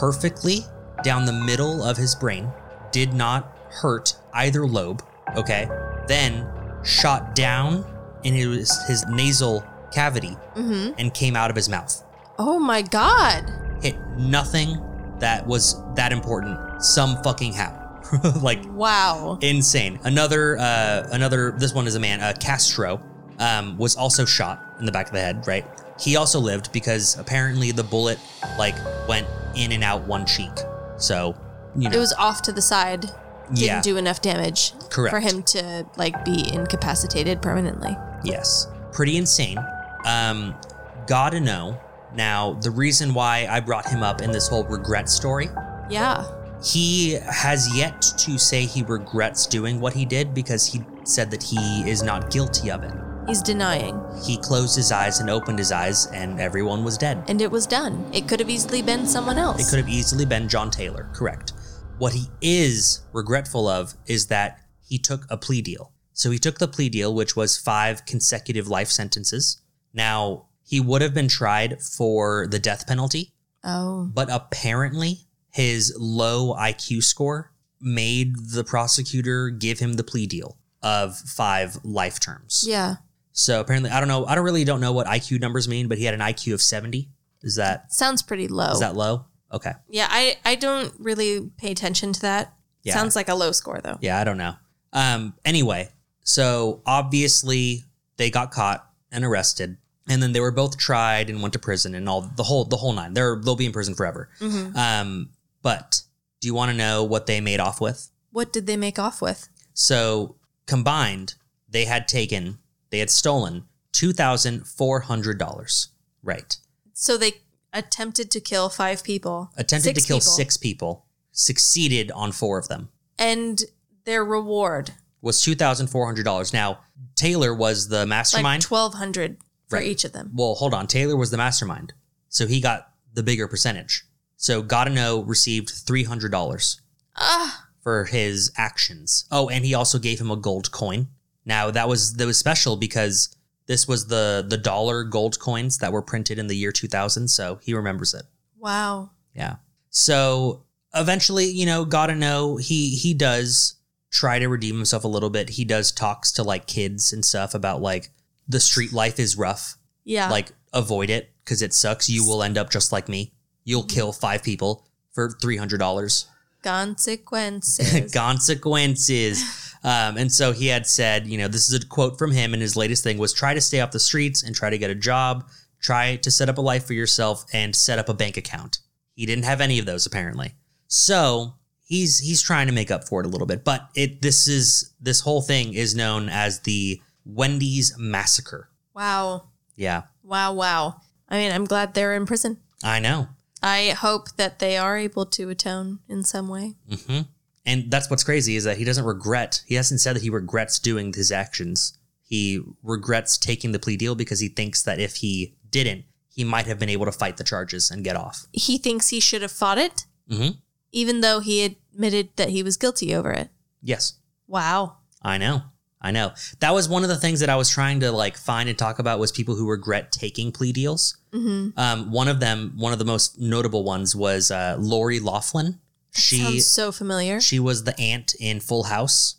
Speaker 2: perfectly down the middle of his brain, did not hurt either lobe, okay? Then shot down in his, his nasal cavity
Speaker 3: Mm-hmm.
Speaker 2: and came out of his mouth.
Speaker 3: Oh my god.
Speaker 2: Hit nothing that was that important, some fucking how. like,
Speaker 3: Wow.
Speaker 2: insane. Another, uh, another. This one is a man. Uh, Castro um, was also shot in the back of the head. Right. He also lived because apparently the bullet like went in and out one cheek. So you know,
Speaker 3: It was off to the side. Didn't
Speaker 2: yeah,
Speaker 3: do enough damage
Speaker 2: correct.
Speaker 3: for him to like be incapacitated permanently.
Speaker 2: Yes, pretty insane. Um, gotta know. Now the reason why I brought him up in this whole regret story
Speaker 3: Yeah.
Speaker 2: He has yet to say he regrets doing what he did because he said that he is not guilty of it.
Speaker 3: He's denying.
Speaker 2: He closed his eyes and opened his eyes, and everyone was dead.
Speaker 3: And it was done. It could have easily been someone
Speaker 2: It
Speaker 3: else.
Speaker 2: could have easily been John Taylor, correct. What he is regretful of is that he took a plea deal. So he took the plea deal, which was five consecutive life sentences. Now, he would have been tried for the death penalty,
Speaker 3: Oh.
Speaker 2: but apparently his low IQ score made the prosecutor give him the plea deal of five life terms.
Speaker 3: Yeah.
Speaker 2: So apparently, I don't know. I don't really don't know what IQ numbers mean, but he had an IQ of seventy. Is that
Speaker 3: Sounds pretty low.
Speaker 2: is that low? Okay.
Speaker 3: yeah, I, I don't really pay attention to that.
Speaker 2: Yeah.
Speaker 3: Sounds like a low score though.
Speaker 2: Yeah, I don't know. Um. Anyway, so obviously they got caught and arrested, and then they were both tried and went to prison and all the whole the whole nine. They're they'll be in prison forever.
Speaker 3: Mhm.
Speaker 2: Um. But do you want to know what they made off with?
Speaker 3: What did they make off with?
Speaker 2: So combined, they had taken, they had stolen two thousand four hundred dollars. Right.
Speaker 3: So they attempted to kill five people.
Speaker 2: Attempted
Speaker 3: Six
Speaker 2: to kill
Speaker 3: people.
Speaker 2: six people, succeeded on four of them.
Speaker 3: And their reward,
Speaker 2: Was two thousand four hundred dollars. Now Taylor was the
Speaker 3: like
Speaker 2: mastermind.
Speaker 3: twelve hundred for
Speaker 2: Right.
Speaker 3: each of them.
Speaker 2: well, hold on. Taylor was the mastermind, so he got the bigger percentage. So Gotta Know received three hundred dollars
Speaker 3: Ah,
Speaker 2: for his actions. Oh, and he also gave him a gold coin. Now that was that was special because this was the the dollar gold coins that were printed in the year 2000, so he remembers it.
Speaker 3: wow.
Speaker 2: Yeah. So eventually, you know, gotta know he he does try to redeem himself a little bit. He does talks to like kids and stuff about like the street life is rough.
Speaker 3: Yeah.
Speaker 2: Like avoid it because it sucks. You will end up just like me. You'll kill five people for three hundred dollars
Speaker 3: consequences.
Speaker 2: consequences. Um, and so he had said, you know, this is a quote from him, and his latest thing was try to stay off the streets and try to get a job, try to set up a life for yourself, and set up a bank account. He didn't have any of those apparently, so he's he's trying to make up for it a little bit. But it this is this whole thing is known as the Wendy's massacre.
Speaker 3: wow.
Speaker 2: Yeah,
Speaker 3: Wow, wow. I mean, I'm glad they're in prison.
Speaker 2: I know.
Speaker 3: I hope that they are able to atone in some way.
Speaker 2: hmm And that's what's crazy is that he doesn't regret. He hasn't said that he regrets doing his actions. He regrets taking the plea deal because he thinks that if he didn't, he might have been able to fight the charges and get off.
Speaker 3: He thinks he should have fought it,
Speaker 2: Mhm.
Speaker 3: even though he admitted that he was guilty over it.
Speaker 2: Yes,
Speaker 3: Wow.
Speaker 2: I know. I know. That was one of the things that I was trying to like find and talk about was people who regret taking plea deals.
Speaker 3: Mm-hmm.
Speaker 2: Um, one of them, one of the most notable ones was uh, Lori Laughlin. She
Speaker 3: Sounds so familiar.
Speaker 2: she was the aunt in Full House,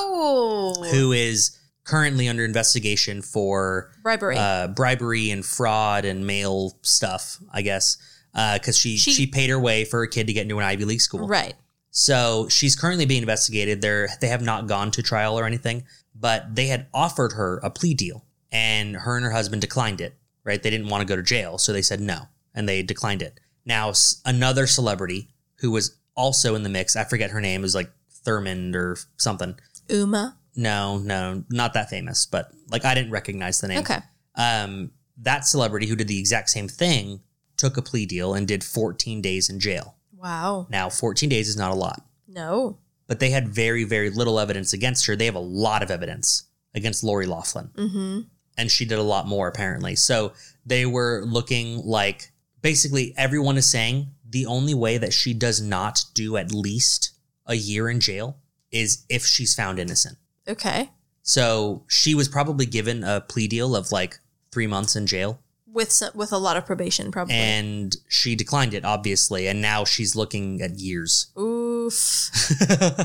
Speaker 3: Oh,
Speaker 2: who is currently under investigation for
Speaker 3: bribery.
Speaker 2: uh, bribery and fraud and mail stuff, I guess, because she, she
Speaker 3: She-
Speaker 2: paid her way for her kid to get into an Ivy League school.
Speaker 3: right.
Speaker 2: So she's currently being investigated. They're they have not gone to trial or anything, but they had offered her a plea deal, and her and her husband declined it. Right? They didn't want to go to jail, so they said no, and they declined it. Now s- another celebrity who was also in the mix, I forget her name, it was like Thurmond or something.
Speaker 3: Uma.
Speaker 2: No, no, not that famous, but like I didn't recognize the name.
Speaker 3: Okay.
Speaker 2: Um, that celebrity who did the exact same thing took a plea deal and did 14 days in jail.
Speaker 3: Wow.
Speaker 2: Now, 14 days is not a lot,
Speaker 3: No.
Speaker 2: but they had very, very little evidence against her. They have a lot of evidence against Lori Laughlin,
Speaker 3: Mm-hmm.
Speaker 2: and she did a lot more apparently. So they were looking like basically everyone is saying the only way that she does not do at least a year in jail is if she's found innocent.
Speaker 3: Okay.
Speaker 2: So she was probably given a plea deal of like three months in jail,
Speaker 3: With some, with a lot of probation, probably.
Speaker 2: and she declined it, obviously. And now she's looking at years.
Speaker 3: oof.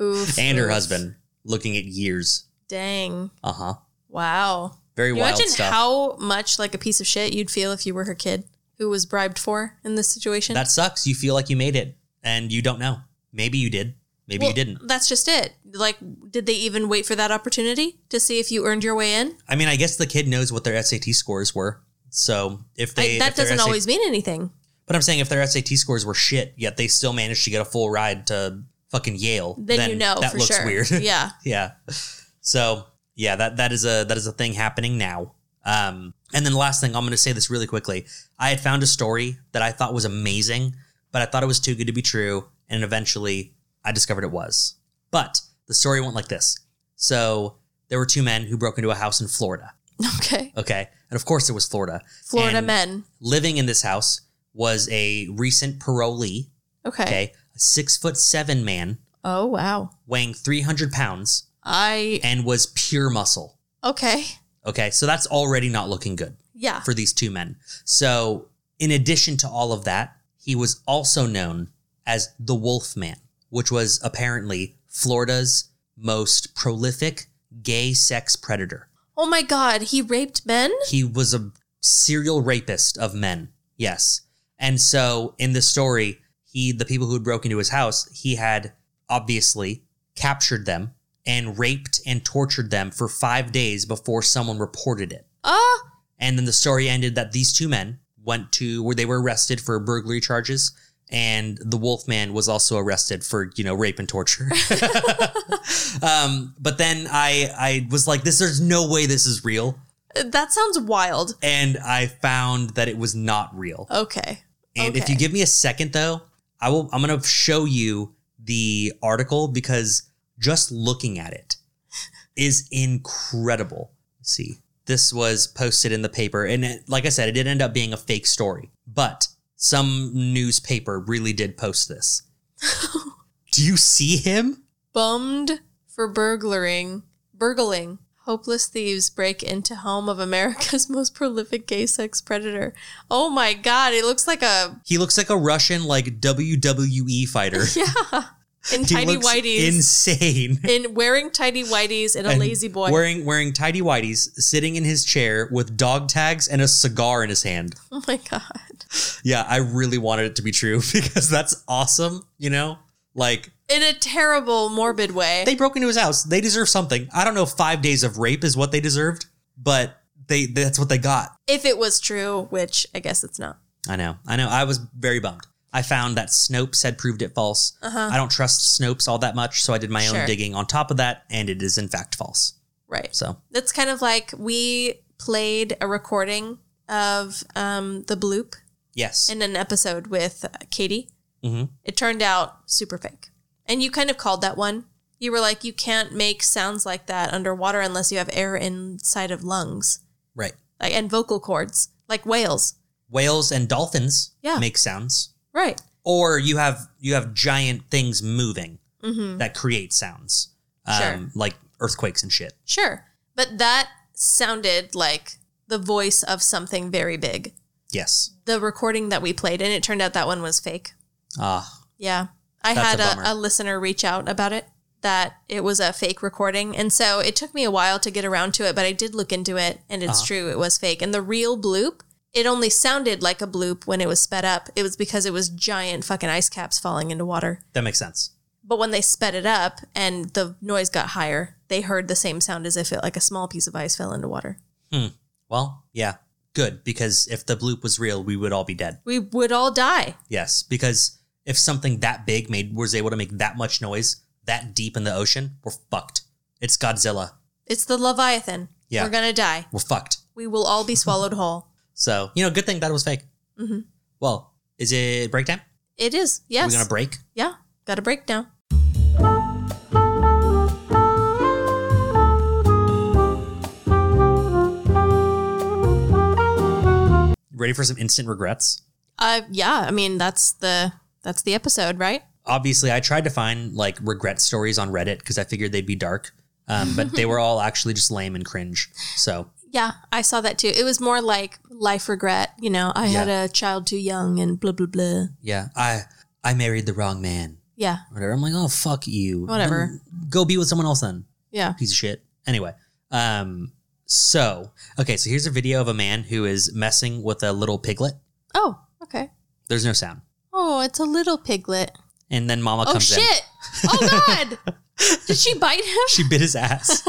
Speaker 3: Oof.
Speaker 2: and her
Speaker 3: oof.
Speaker 2: husband looking at years.
Speaker 3: Dang.
Speaker 2: Uh huh.
Speaker 3: Wow.
Speaker 2: Very
Speaker 3: Can you
Speaker 2: wild
Speaker 3: imagine
Speaker 2: stuff.
Speaker 3: how much like a piece of shit you'd feel if you were her kid who was bribed for in this situation?
Speaker 2: that sucks. You feel like you made it and you don't know. Maybe you did. Maybe
Speaker 3: Well,
Speaker 2: you didn't.
Speaker 3: That's just it. Like, did they even wait for that opportunity to see if you earned your way in?
Speaker 2: I mean, I guess the kid knows what their SAT scores were. So if they
Speaker 3: I,
Speaker 2: if
Speaker 3: that
Speaker 2: their
Speaker 3: doesn't
Speaker 2: SAT
Speaker 3: always mean anything.
Speaker 2: But I'm saying if their SAT scores were shit, yet they still managed to get a full ride to fucking Yale,
Speaker 3: Then, you know
Speaker 2: that
Speaker 3: for
Speaker 2: looks
Speaker 3: sure.
Speaker 2: weird.
Speaker 3: yeah.
Speaker 2: yeah. So yeah, that that is a that is a thing happening now. Um, and then the last thing, I'm going to say this really quickly. I had found a story that I thought was amazing, but I thought it was too good to be true, and eventually I discovered it was. But the story went like this: so there were two men who broke into a house in Florida.
Speaker 3: Okay.
Speaker 2: Okay, and of course it was Florida.
Speaker 3: Florida
Speaker 2: And
Speaker 3: men.
Speaker 2: living in this house was a recent parolee.
Speaker 3: Okay.
Speaker 2: Okay, a six foot seven man
Speaker 3: Oh wow.
Speaker 2: weighing 300 pounds
Speaker 3: I
Speaker 2: and was pure muscle.
Speaker 3: okay.
Speaker 2: Okay, so that's already not looking good
Speaker 3: Yeah.
Speaker 2: for these two men. So, in addition to all of that, he was also known as the Wolf Man, which was apparently Florida's most prolific gay sex predator.
Speaker 3: Oh my God. He raped men.
Speaker 2: He was a serial rapist of men. Yes. And so, in the story, he the people who had broke into his house, he had obviously captured them and raped and tortured them for 5 days before someone reported it.
Speaker 3: Ah.
Speaker 2: And then the story ended that these two men went to where they were arrested for burglary charges, and the Wolfman was also arrested for you know rape and torture. um, but then I I was like, this there's no way this is real,
Speaker 3: that sounds wild.
Speaker 2: and I found that it was not real.
Speaker 3: Okay.
Speaker 2: And if
Speaker 3: okay.
Speaker 2: you give me a second though, I will I'm going to show you the article because just looking at it is incredible. Let's see. This was posted in the paper and it, like I said it did end up being a fake story, but some newspaper really did post this. Do you see him?
Speaker 3: Bummed for burglaring. Burgling. Hopeless thieves break into home of America's most prolific gay sex predator. Oh my God. It looks like a
Speaker 2: He looks like a Russian like WWE fighter.
Speaker 3: yeah. In
Speaker 2: he
Speaker 3: tiny
Speaker 2: looks
Speaker 3: whiteies.
Speaker 2: insane.
Speaker 3: in wearing tidy whities and a
Speaker 2: and
Speaker 3: lazy boy.
Speaker 2: wearing wearing tidy whities sitting in his chair with dog tags and a cigar in his hand
Speaker 3: oh my god!
Speaker 2: yeah i really wanted it to be true because that's awesome you know like
Speaker 3: In a terrible, morbid way.
Speaker 2: they broke into his house they deserve something i don't know if five days of rape is what they deserved but they that's what they got
Speaker 3: if it was true, which I guess it's not.
Speaker 2: i know i know i was very bummed i found that snopes had proved it false i don't trust snopes all that much so i did my
Speaker 3: Uh-huh. Sure.
Speaker 2: own digging on top of that and it is in fact false
Speaker 3: Right.
Speaker 2: so
Speaker 3: That's kind of like we played a recording of um, the bloop
Speaker 2: yes
Speaker 3: in an episode with uh, Katie.
Speaker 2: Mhm.
Speaker 3: It turned out super fake, and you kind of called that one. You were like, you can't make sounds like that underwater unless you have air inside of lungs,
Speaker 2: right
Speaker 3: like and vocal cords, like whales.
Speaker 2: whales and dolphins
Speaker 3: Yeah.
Speaker 2: make sounds
Speaker 3: Right.
Speaker 2: or you have you have giant things moving that create sounds um,
Speaker 3: Mm-hmm. Sure.
Speaker 2: like earthquakes and shit
Speaker 3: Sure. But that sounded like the voice of something very big.
Speaker 2: yes
Speaker 3: The recording that we played, and it turned out that one was fake.
Speaker 2: ah
Speaker 3: Yeah. I
Speaker 2: That's a
Speaker 3: had
Speaker 2: bummer.
Speaker 3: a, a listener reach out about it that it was a fake recording. And so it took me a while to get around to it, but I did look into it, and it's
Speaker 2: Uh-huh.
Speaker 3: true. It was fake. And the real bloop, it only sounded like a bloop when it was sped up. It was because it was giant fucking ice caps falling into water.
Speaker 2: that makes sense
Speaker 3: But when they sped it up and the noise got higher, they heard the same sound as if it like a small piece of ice fell into water.
Speaker 2: well yeah good because if the bloop was real we would all be dead
Speaker 3: we would all die.
Speaker 2: yes because if something that big made was able to make that much noise that deep in the ocean, we're fucked. It's Godzilla.
Speaker 3: It's the Leviathan.
Speaker 2: Yeah.
Speaker 3: We're gonna die.
Speaker 2: We're fucked.
Speaker 3: We will all be swallowed whole.
Speaker 2: So, you know, good thing that was fake.
Speaker 3: Mhm.
Speaker 2: Well, is it break time?
Speaker 3: It is. Yes.
Speaker 2: Are we going to break?
Speaker 3: yeah. Got a breakdown.
Speaker 2: Ready for some instant regrets?
Speaker 3: Uh, yeah. I mean, that's the that's the episode, right?
Speaker 2: Obviously, I tried to find like regret stories on Reddit because I figured they'd be dark, um, but they were all actually just lame and cringe. So,
Speaker 3: Yeah, I saw that too. It was more like life regret. You know, I had a child too young and blah blah blah.
Speaker 2: yeah, I I married the wrong man.
Speaker 3: Yeah.
Speaker 2: Whatever. I'm like, oh fuck you.
Speaker 3: Whatever.
Speaker 2: Then go be with someone else then.
Speaker 3: Yeah.
Speaker 2: piece of shit. Anyway, um, so okay, so here's a video of a man who is messing with a little piglet.
Speaker 3: Oh. Okay.
Speaker 2: There's no sound,
Speaker 3: Oh, it's a little piglet.
Speaker 2: and then Mama
Speaker 3: Oh
Speaker 2: comes in.
Speaker 3: shit! Oh god! Did she bite him?
Speaker 2: She bit his ass.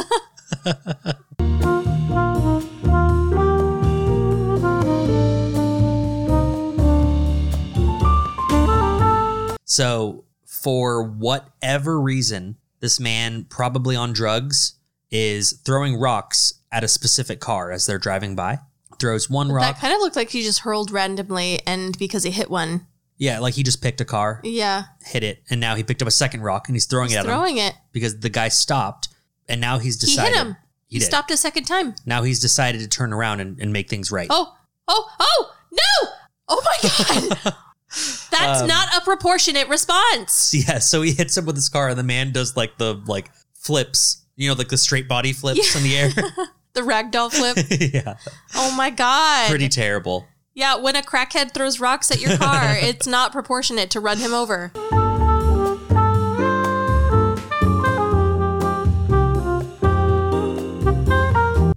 Speaker 2: so, for whatever reason, this man, probably on drugs, is throwing rocks at a specific car as they're driving by. Throws one rock.
Speaker 3: That kind of looked like he just hurled randomly, and because he hit one.
Speaker 2: Yeah, like he just picked a car,
Speaker 3: Yeah.
Speaker 2: hit it, and now he picked up a second rock and he's throwing
Speaker 3: He's
Speaker 2: it at him
Speaker 3: throwing it.
Speaker 2: because the guy stopped and now he's
Speaker 3: He
Speaker 2: decided
Speaker 3: hit him.
Speaker 2: He
Speaker 3: He
Speaker 2: did.
Speaker 3: stopped a second time.
Speaker 2: Now he's decided to turn around and, and make things right.
Speaker 3: Oh, oh, oh, no! Oh my god! That's
Speaker 2: Um,
Speaker 3: not a proportionate response.
Speaker 2: So, yeah, so he hits him with his car and the man does like the like flips, you know, like the straight body flips in the air.
Speaker 3: The ragdoll flip.
Speaker 2: yeah.
Speaker 3: Oh my god!
Speaker 2: Pretty terrible.
Speaker 3: yeah, when a crackhead throws rocks at your car, it's not proportionate to run him over.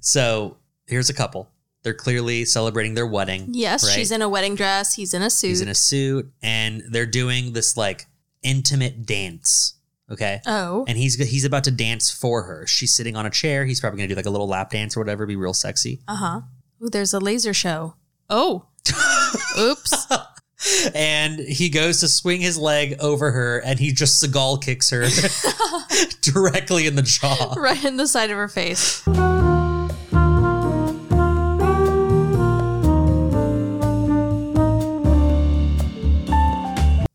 Speaker 2: So here's a couple. They're clearly celebrating their wedding.
Speaker 3: Yes,
Speaker 2: Right.
Speaker 3: she's in a wedding dress. He's in a suit.
Speaker 2: He's in a suit and they're doing this like intimate dance. Okay.
Speaker 3: oh,
Speaker 2: and he's he's about to dance for her. She's sitting on a chair. He's probably gonna do like a little lap dance or whatever, be real sexy.
Speaker 3: uh huh. Ooh, there's a laser show. Oh, oops.
Speaker 2: And he goes to swing his leg over her, and he just Seagal kicks her directly in the jaw.
Speaker 3: right in the side of her face.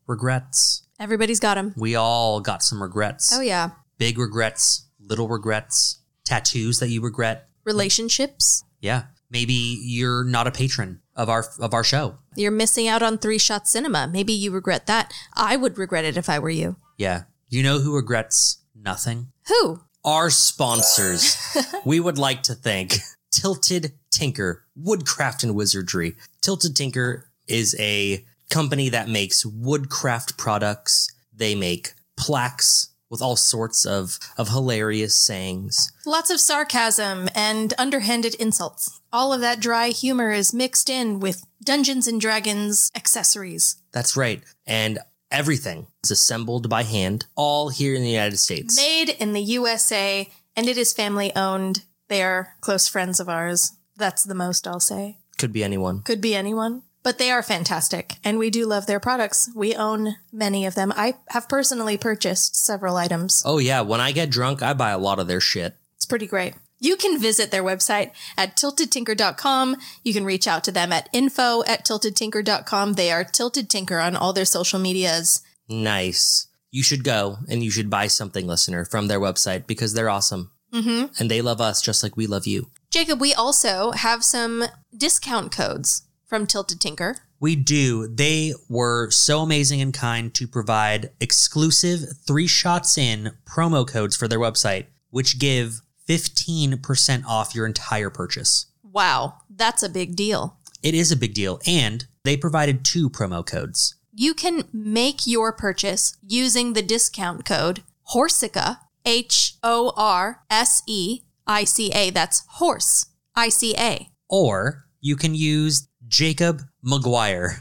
Speaker 2: Regrets.
Speaker 3: Everybody's got him.
Speaker 2: We all got some regrets.
Speaker 3: Oh yeah.
Speaker 2: Big regrets, little regrets, tattoos that you regret.
Speaker 3: Relationships.
Speaker 2: Yeah, maybe you're not a patron of our of our show.
Speaker 3: You're missing out on three shot cinema. Maybe you regret that. I would regret it if I were you.
Speaker 2: Yeah, you know who regrets nothing.
Speaker 3: Who?
Speaker 2: our sponsors, we would like to thank Tilted Tinker, Woodcraft and Wizardry. Tilted Tinker is a company that makes woodcraft products. They make plaques with all sorts of, of hilarious sayings.
Speaker 3: Lots of sarcasm and underhanded insults. All of that dry humor is mixed in with Dungeons and Dragons accessories.
Speaker 2: That's right. And everything is assembled by hand, all here in the United States.
Speaker 3: Made in the USA, and it is family owned. They are close friends of ours. That's the most I'll say.
Speaker 2: Could be anyone.
Speaker 3: Could be anyone. But they are fantastic, and we do love their products. We own many of them. I have personally purchased several items.
Speaker 2: Oh, yeah. When I get drunk, I buy a lot of their shit.
Speaker 3: It's pretty great. You can visit their website at tiltedtinker.com. You can reach out to them at info at tiltedtinker.com. They are Tilted Tinker on all their social medias.
Speaker 2: Nice. You should go and you should buy something, listener, from their website because they're awesome. Mm-hmm. And they love us just like we love you.
Speaker 3: Jacob, we also have some discount codes from Tilted Tinker.
Speaker 2: We do. They were so amazing and kind to provide exclusive three shots in promo codes for their website, which give 15% off your entire purchase.
Speaker 3: Wow, that's a big deal.
Speaker 2: It is a big deal. And they provided two promo codes.
Speaker 3: You can make your purchase using the discount code Horsica, H O R S E I C A. That's horse, I C A.
Speaker 2: Or you can use Jacob McGuire.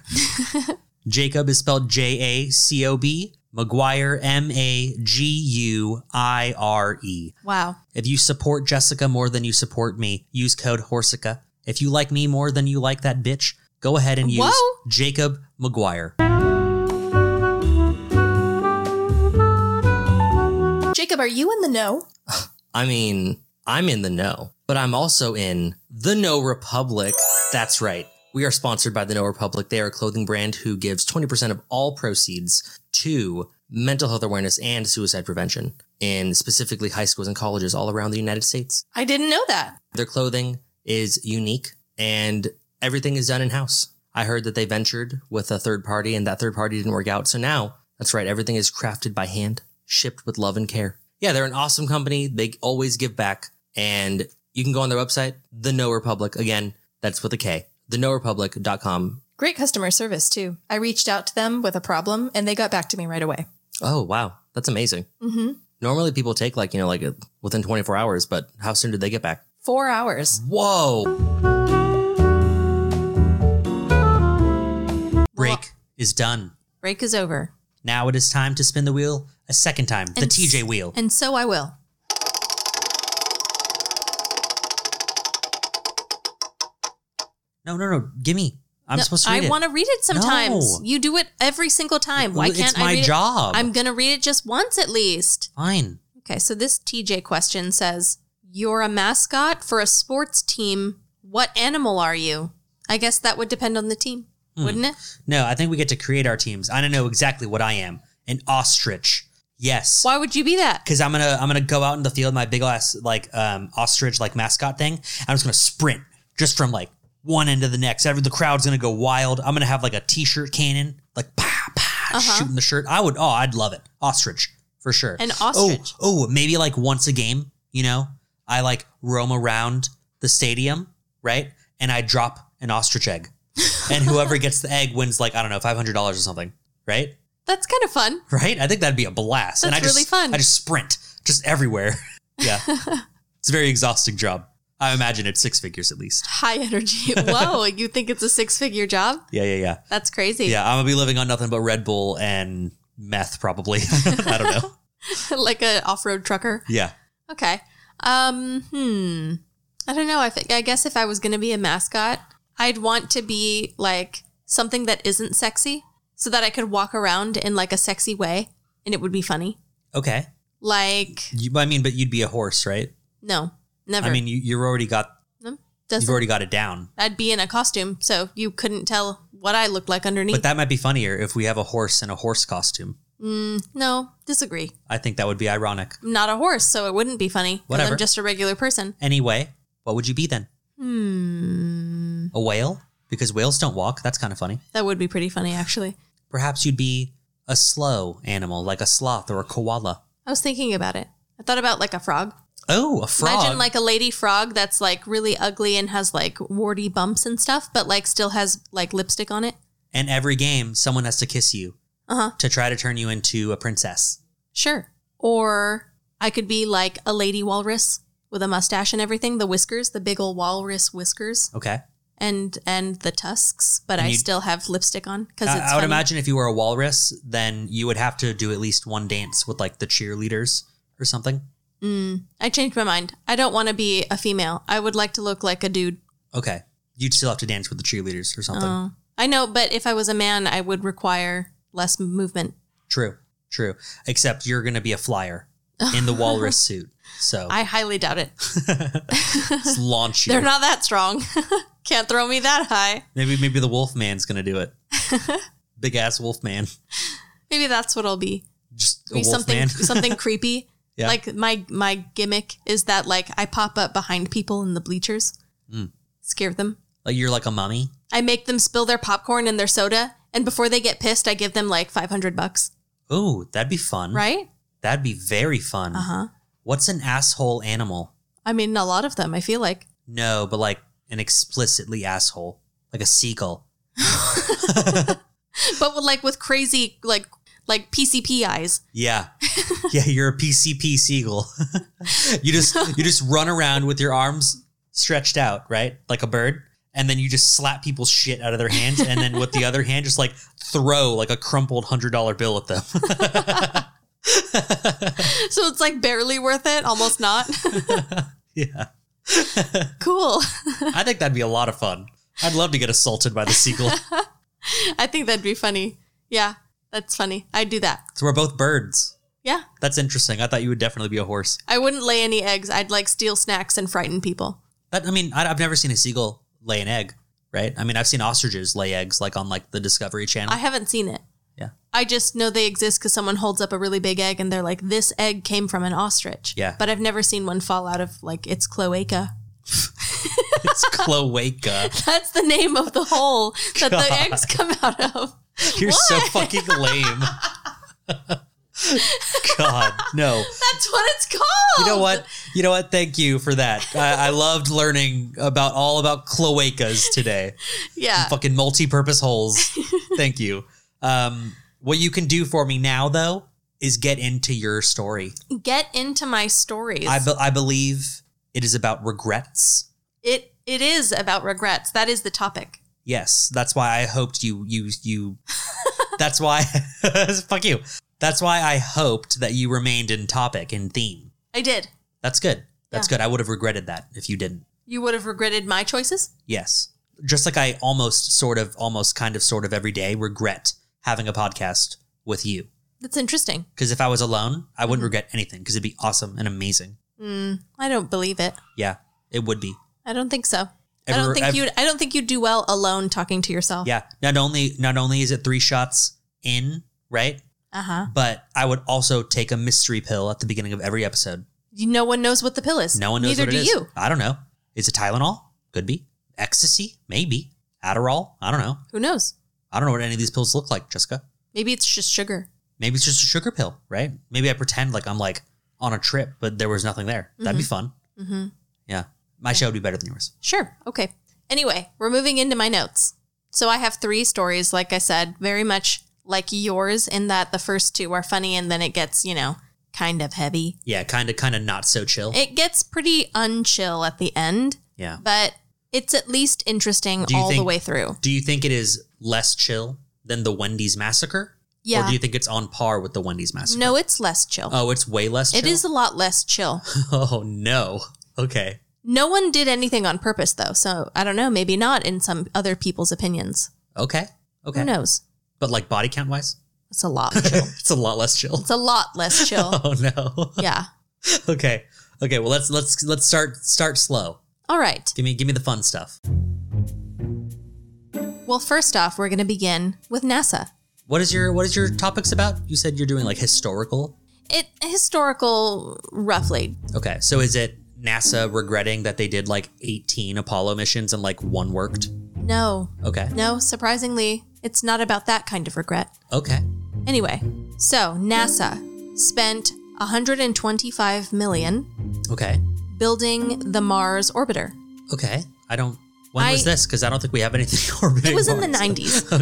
Speaker 2: Jacob is spelled J A C O B, McGuire M A G U I R E.
Speaker 3: Wow.
Speaker 2: If you support Jessica more than you support me, use code Horsica. If you like me more than you like that bitch, go ahead and use
Speaker 3: Whoa.
Speaker 2: Jacob McGuire.
Speaker 3: Jacob, are you in the know?
Speaker 2: I mean, I'm in the know, but I'm also in the No Republic. That's right. We are sponsored by the No Republic. They are a clothing brand who gives 20% of all proceeds to mental health awareness and suicide prevention in specifically high schools and colleges all around the United States.
Speaker 3: I didn't know that.
Speaker 2: Their clothing is unique and everything is done in house. I heard that they ventured with a third party and that third party didn't work out. So now, that's right, everything is crafted by hand, shipped with love and care. Yeah, they're an awesome company. They always give back. And you can go on their website, The No Republic. Again, that's with a K, thenorepublic.com.
Speaker 3: Great customer service, too. I reached out to them with a problem and they got back to me right away.
Speaker 2: Oh, wow. That's amazing.
Speaker 3: Mm-hmm.
Speaker 2: Normally people take like, you know, like uh, within 24 hours, but how soon did they get back?
Speaker 3: Four hours.
Speaker 2: Whoa. Break is done.
Speaker 3: Break is over.
Speaker 2: Now it is time to spin the wheel a second time, the
Speaker 3: And
Speaker 2: TJ
Speaker 3: s-
Speaker 2: wheel.
Speaker 3: And so I will.
Speaker 2: No, no, no. Gimme. I'm
Speaker 3: No,
Speaker 2: supposed to
Speaker 3: I
Speaker 2: read it.
Speaker 3: want to read it sometimes.
Speaker 2: No.
Speaker 3: You do it every single time. Why
Speaker 2: Well,
Speaker 3: can't
Speaker 2: it's
Speaker 3: I
Speaker 2: my
Speaker 3: read it?
Speaker 2: job.
Speaker 3: I'm going to read it just once at least.
Speaker 2: Fine.
Speaker 3: Okay, so this TJ question says, "You're a mascot for a sports team. What animal are you?" I guess that would depend on the team,
Speaker 2: Hmm.
Speaker 3: wouldn't it?
Speaker 2: No, I think we get to create our teams. I don't know exactly what I am. An ostrich. Yes.
Speaker 3: Why would you be that?
Speaker 2: Cause I'm gonna I'm gonna go out in the field, my big ass like um ostrich like mascot thing. I'm just gonna sprint just from like one end to the next. Every the crowd's gonna go wild. I'm gonna have like a t-shirt cannon, like pa pa shooting the shirt. I would oh I'd love it. Ostrich for sure.
Speaker 3: Uh-huh. An ostrich.
Speaker 2: Oh, oh, maybe like once a game, you know, I like roam around the stadium, right? And I drop an ostrich egg. and whoever gets the egg wins like, I don't know, five hundred dollars or something, right?
Speaker 3: That's kind of fun.
Speaker 2: right? I think that'd be a blast. and I
Speaker 3: That's
Speaker 2: just,
Speaker 3: really fun.
Speaker 2: I just sprint just everywhere. yeah, it's a very exhausting job. I imagine it's six figures at least.
Speaker 3: High energy. Whoa, you think it's a six-figure job?
Speaker 2: Yeah, yeah, yeah,
Speaker 3: That's crazy.
Speaker 2: yeah. I'm gonna be living on nothing but Red Bull and meth, probably. I don't know.
Speaker 3: like an off-road trucker.
Speaker 2: Yeah,
Speaker 3: Okay. Um, hmm. I don't know. I think I guess if I was going to be a mascot, I'd want to be like something that isn't sexy so that I could walk around in like a sexy way and it would be funny.
Speaker 2: okay.
Speaker 3: Like
Speaker 2: You, I mean, but you'd be a horse, right?
Speaker 3: no, never.
Speaker 2: I mean, you, you're already got
Speaker 3: Doesn't,
Speaker 2: you've already got it down.
Speaker 3: I'd be in a costume, so you couldn't tell what I looked like underneath.
Speaker 2: But that might be funnier if we have a horse in a horse costume.
Speaker 3: no, disagree.
Speaker 2: I think that would be ironic.
Speaker 3: I'm not a horse, so it wouldn't be funny. 'cause
Speaker 2: Whatever.
Speaker 3: I'm just a regular person.
Speaker 2: Anyway, what would you be then?
Speaker 3: Hmm.
Speaker 2: A whale? Because whales don't walk. That's kind of funny.
Speaker 3: That would be pretty funny, actually.
Speaker 2: perhaps you'd be a slow animal like a sloth or a koala.
Speaker 3: I was thinking about it. I thought about like a frog.
Speaker 2: Oh, a frog.
Speaker 3: Imagine like a lady frog that's like really ugly and has like warty bumps and stuff, but like still has like lipstick on it.
Speaker 2: and every game, someone has to kiss you
Speaker 3: Uh huh.
Speaker 2: to try to turn you into a princess.
Speaker 3: Sure. Or I could be like a lady walrus with a mustache and everything, the whiskers, the big old walrus whiskers,
Speaker 2: Okay.
Speaker 3: and and the tusks, but
Speaker 2: And
Speaker 3: I
Speaker 2: you-
Speaker 3: still have lipstick on because
Speaker 2: I,
Speaker 3: it's.
Speaker 2: I would
Speaker 3: funny.
Speaker 2: imagine if you were a walrus, then you would have to do at least one dance with like the cheerleaders or something.
Speaker 3: Mm, I changed my mind. I don't want to be a female. I would like to look like a dude.
Speaker 2: Okay. You'd still have to dance with the cheerleaders or something.
Speaker 3: Oh. I know, but if I was a man, I would require less movement.
Speaker 2: True. True. Except you're going to be a flyer in the walrus suit. So
Speaker 3: I highly doubt it.
Speaker 2: let's launch you.
Speaker 3: They're not that strong. Can't throw me that high.
Speaker 2: maybe maybe the wolf man's going to do it. Big ass wolf man.
Speaker 3: Maybe that's what I'll be.
Speaker 2: Just a
Speaker 3: Be
Speaker 2: wolf
Speaker 3: something
Speaker 2: man.
Speaker 3: something creepy.
Speaker 2: Yeah.
Speaker 3: Like my my gimmick is that like I pop up behind people in the bleachers,
Speaker 2: Mm.
Speaker 3: scare them.
Speaker 2: Like you're like a mummy.
Speaker 3: I make them spill their popcorn and their soda, and before they get pissed, I give them like five hundred bucks.
Speaker 2: Oh, that'd be fun.
Speaker 3: Right?
Speaker 2: That'd be very fun.
Speaker 3: Uh huh.
Speaker 2: What's an asshole animal?
Speaker 3: I mean, a lot of them. I feel like
Speaker 2: No, but like an explicitly asshole, like a seagull.
Speaker 3: but with, like with crazy like like PCP eyes.
Speaker 2: Yeah, yeah, you're a PCP seagull. you just you just run around with your arms stretched out, right, like a bird, and then you just slap people's shit out of their hands, and then with the other hand, just like throw like a crumpled hundred dollar bill at them.
Speaker 3: So it's like barely worth it, almost not.
Speaker 2: yeah,
Speaker 3: cool.
Speaker 2: I think that'd be a lot of fun. I'd love to get assaulted by the seagull.
Speaker 3: I think that'd be funny. Yeah, that's funny. I'd do that.
Speaker 2: So we're both birds.
Speaker 3: Yeah.
Speaker 2: That's interesting. I thought you would definitely be a horse.
Speaker 3: I wouldn't lay any eggs. I'd like steal snacks and frighten people.
Speaker 2: That I mean, I, I've never seen a seagull lay an egg, right? I mean, I've seen ostriches lay eggs, like on like the Discovery Channel.
Speaker 3: I haven't seen it.
Speaker 2: Yeah.
Speaker 3: I just know they exist because someone holds up a really big egg and they're like, this egg came from an ostrich.
Speaker 2: Yeah.
Speaker 3: But I've never seen one fall out of like its cloaca.
Speaker 2: it's cloaca.
Speaker 3: That's the name of the hole that
Speaker 2: God.
Speaker 3: the eggs come out of.
Speaker 2: You're so fucking lame. God, no.
Speaker 3: That's what it's called.
Speaker 2: You know what? You know what? Thank you for that. I, I loved learning about all about cloacas today.
Speaker 3: Yeah.
Speaker 2: Fucking multi-purpose holes. Thank you. Um, what you can do for me now, though, is get into your story.
Speaker 3: Get into my stories.
Speaker 2: I, be- I believe it is about regrets.
Speaker 3: it it is about regrets. That is the topic.
Speaker 2: Yes, that's why I hoped you you you. that's why. fuck you. That's why I hoped that you remained in topic and theme.
Speaker 3: I did.
Speaker 2: That's good. That's good. I would have regretted that if you didn't.
Speaker 3: You would have regretted my choices.
Speaker 2: Yes. Just like I almost sort of almost kind of sort of every day regret having a podcast with you.
Speaker 3: That's interesting.
Speaker 2: Cuz if I was alone, I wouldn't regret anything cuz it'd be awesome and amazing.
Speaker 3: I don't believe it.
Speaker 2: Yeah, it would be.
Speaker 3: I don't think so. I
Speaker 2: Every-
Speaker 3: don't think
Speaker 2: ev-
Speaker 3: you'd I don't think you'd do well alone talking to yourself.
Speaker 2: Yeah. Not only not only is it 3 shots in, right?
Speaker 3: Uh-huh.
Speaker 2: But I would also take a mystery pill at the beginning of every episode.
Speaker 3: You, no one knows what the pill is.
Speaker 2: No one knows
Speaker 3: Neither
Speaker 2: what
Speaker 3: do
Speaker 2: it is.
Speaker 3: you.
Speaker 2: I don't know. Is it Tylenol? Could be. Ecstasy? Maybe. Adderall? I don't know.
Speaker 3: Who knows?
Speaker 2: I don't know what any of these pills look like, Jessica.
Speaker 3: Maybe it's just sugar.
Speaker 2: Maybe it's just a sugar pill, right? Maybe I pretend like I'm like on a trip, but there was nothing there. That'd be fun.
Speaker 3: Mhm.
Speaker 2: Yeah. My show would be better than yours.
Speaker 3: Sure. Okay. Anyway, we're moving into my notes. So I have three stories, like I said, very much like yours in that the first two are funny and then it gets, you know, kind of heavy.
Speaker 2: Yeah, kind of, kind of not so chill.
Speaker 3: It gets pretty unchill at the end,
Speaker 2: yeah.
Speaker 3: but it's at least interesting
Speaker 2: Do you
Speaker 3: all the
Speaker 2: think-
Speaker 3: way through.
Speaker 2: Do you think it is less chill than the Wendy's massacre? Or
Speaker 3: Yeah.
Speaker 2: do you think it's on par with the Wendy's massacre?
Speaker 3: No, it's less chill.
Speaker 2: Oh, it's way less chill.
Speaker 3: It is a lot less chill.
Speaker 2: Oh no. Okay.
Speaker 3: No one did anything on purpose, though. So I don't know. Maybe not in some other people's opinions.
Speaker 2: Okay. Okay.
Speaker 3: Who knows?
Speaker 2: But like body count wise,
Speaker 3: It's a lot. Chill.
Speaker 2: it's a lot less chill.
Speaker 3: it's a lot less chill.
Speaker 2: Oh no.
Speaker 3: Yeah.
Speaker 2: okay. Okay. Well, let's let's let's start start slow.
Speaker 3: All right.
Speaker 2: Give me give me the fun stuff.
Speaker 3: Well, first off, we're going to begin with NASA.
Speaker 2: What is your what is your topics about? You said you're doing like historical.
Speaker 3: It historical, roughly.
Speaker 2: Okay, so is it NASA regretting that they did like 18 Apollo missions and like one worked?
Speaker 3: No,
Speaker 2: Okay,
Speaker 3: no. Surprisingly, it's not about that kind of regret.
Speaker 2: okay,
Speaker 3: Anyway, so NASA spent 125 million
Speaker 2: okay,
Speaker 3: building the Mars orbiter.
Speaker 2: okay. I don't. When was
Speaker 3: I-
Speaker 2: this? Because I don't think we have anything orbiting.
Speaker 3: It was in the
Speaker 2: Mars.
Speaker 3: 90s.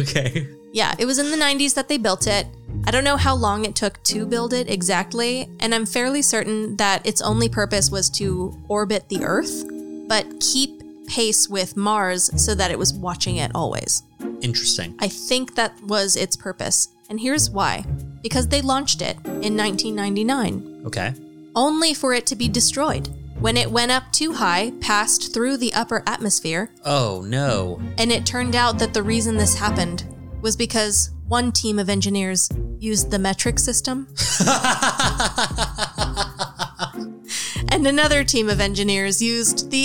Speaker 2: Okay,
Speaker 3: Yeah, it was in the 90s that they built it. I don't know how long it took to build it exactly, and I'm fairly certain that its only purpose was to orbit the Earth, but keep pace with Mars so that it was watching it always.
Speaker 2: interesting.
Speaker 3: I think that was its purpose, and here's why because they launched it in 1999,
Speaker 2: Okay,
Speaker 3: only for it to be destroyed. When it went up too high, passed through the upper atmosphere,
Speaker 2: oh no,
Speaker 3: and it turned out that the reason this happened was because one team of engineers used the metric system, and another team of engineers used the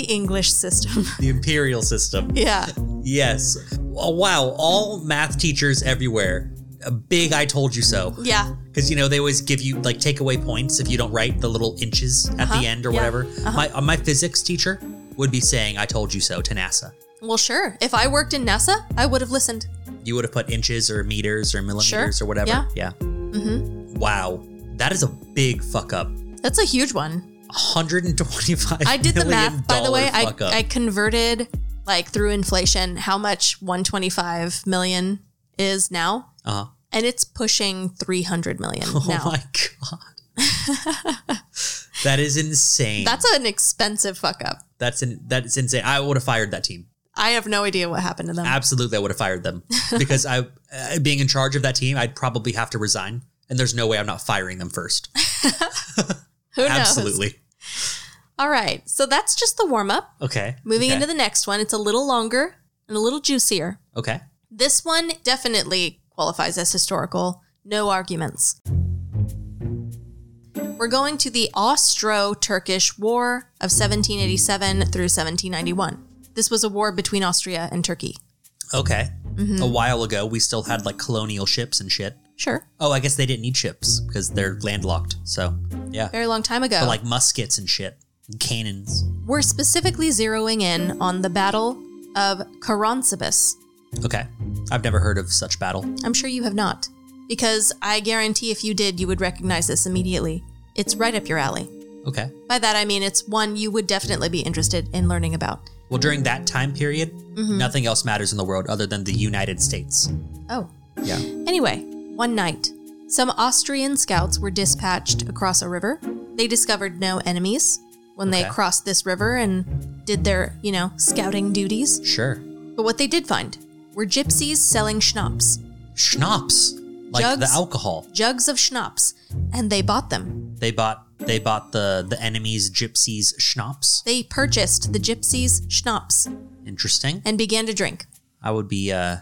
Speaker 3: English system.
Speaker 2: the imperial system.
Speaker 3: yeah.
Speaker 2: Yes. Oh, wow, all math teachers everywhere. A big I told you so.
Speaker 3: Yeah.
Speaker 2: Because you know they always give you like takeaway points if you don't write the little inches at the end or
Speaker 3: Uh-huh. yeah,
Speaker 2: whatever. My uh, my physics teacher would be saying, "I told you so" to NASA.
Speaker 3: Well, sure. If I worked in NASA, I would have listened.
Speaker 2: You would have put inches or meters or millimeters or whatever.
Speaker 3: yeah.
Speaker 2: Mm-hmm. Wow, that is a big fuck up.
Speaker 3: That's a huge one.
Speaker 2: 125.
Speaker 3: I did the
Speaker 2: million
Speaker 3: math, by the
Speaker 2: dollar
Speaker 3: way. I,
Speaker 2: fuck up.
Speaker 3: I converted, like, through inflation, how much 125 million is now.
Speaker 2: uh-huh.
Speaker 3: And it's pushing 300 million
Speaker 2: Oh
Speaker 3: now.
Speaker 2: my god, that is insane.
Speaker 3: That's an expensive fuck up.
Speaker 2: that's in, that's insane. I would have fired that team.
Speaker 3: I have no idea what happened to them.
Speaker 2: Absolutely, I would have fired them because I, uh, being in charge of that team, I'd probably have to resign. And there's no way I'm not firing them first.
Speaker 3: Who knows?
Speaker 2: Absolutely.
Speaker 3: All right. So that's just the warm up.
Speaker 2: Okay.
Speaker 3: Moving
Speaker 2: okay.
Speaker 3: into the next one, it's a little longer and a little juicier.
Speaker 2: okay.
Speaker 3: This one definitely qualifies as historical. No arguments. We're going to the Austro Turkish War of 1787 through 1791. This was a war between Austria and Turkey.
Speaker 2: Okay.
Speaker 3: Mm-hmm.
Speaker 2: A while ago, we still had like colonial ships and shit.
Speaker 3: Sure.
Speaker 2: Oh, I guess they didn't need ships because they're landlocked. So, yeah.
Speaker 3: Very long time ago.
Speaker 2: But like muskets and shit, and cannons.
Speaker 3: We're specifically zeroing in on the Battle of Caronsibus.
Speaker 2: Okay. I've never heard of such battle.
Speaker 3: I'm sure you have not, because I guarantee if you did, you would recognize this immediately. It's right up your alley.
Speaker 2: Okay.
Speaker 3: By that, I mean it's one you would definitely be interested in learning about.
Speaker 2: Well, during that time period,
Speaker 3: Mm-hmm.
Speaker 2: nothing else matters in the world other than the United States.
Speaker 3: Oh.
Speaker 2: Yeah.
Speaker 3: Anyway, one night, some Austrian scouts were dispatched across a river. They discovered no enemies when they
Speaker 2: Okay.
Speaker 3: crossed this river and did their, you know, scouting duties.
Speaker 2: Sure.
Speaker 3: But what they did find were gypsies selling schnapps,
Speaker 2: Schnapps, like the
Speaker 3: Jugs.
Speaker 2: alcohol.
Speaker 3: jugs of schnapps, and they bought them.
Speaker 2: They bought they bought the the enemy's gypsies schnapps.
Speaker 3: They purchased the gypsies' schnapps
Speaker 2: Interesting.
Speaker 3: and began to drink.
Speaker 2: I would be uh,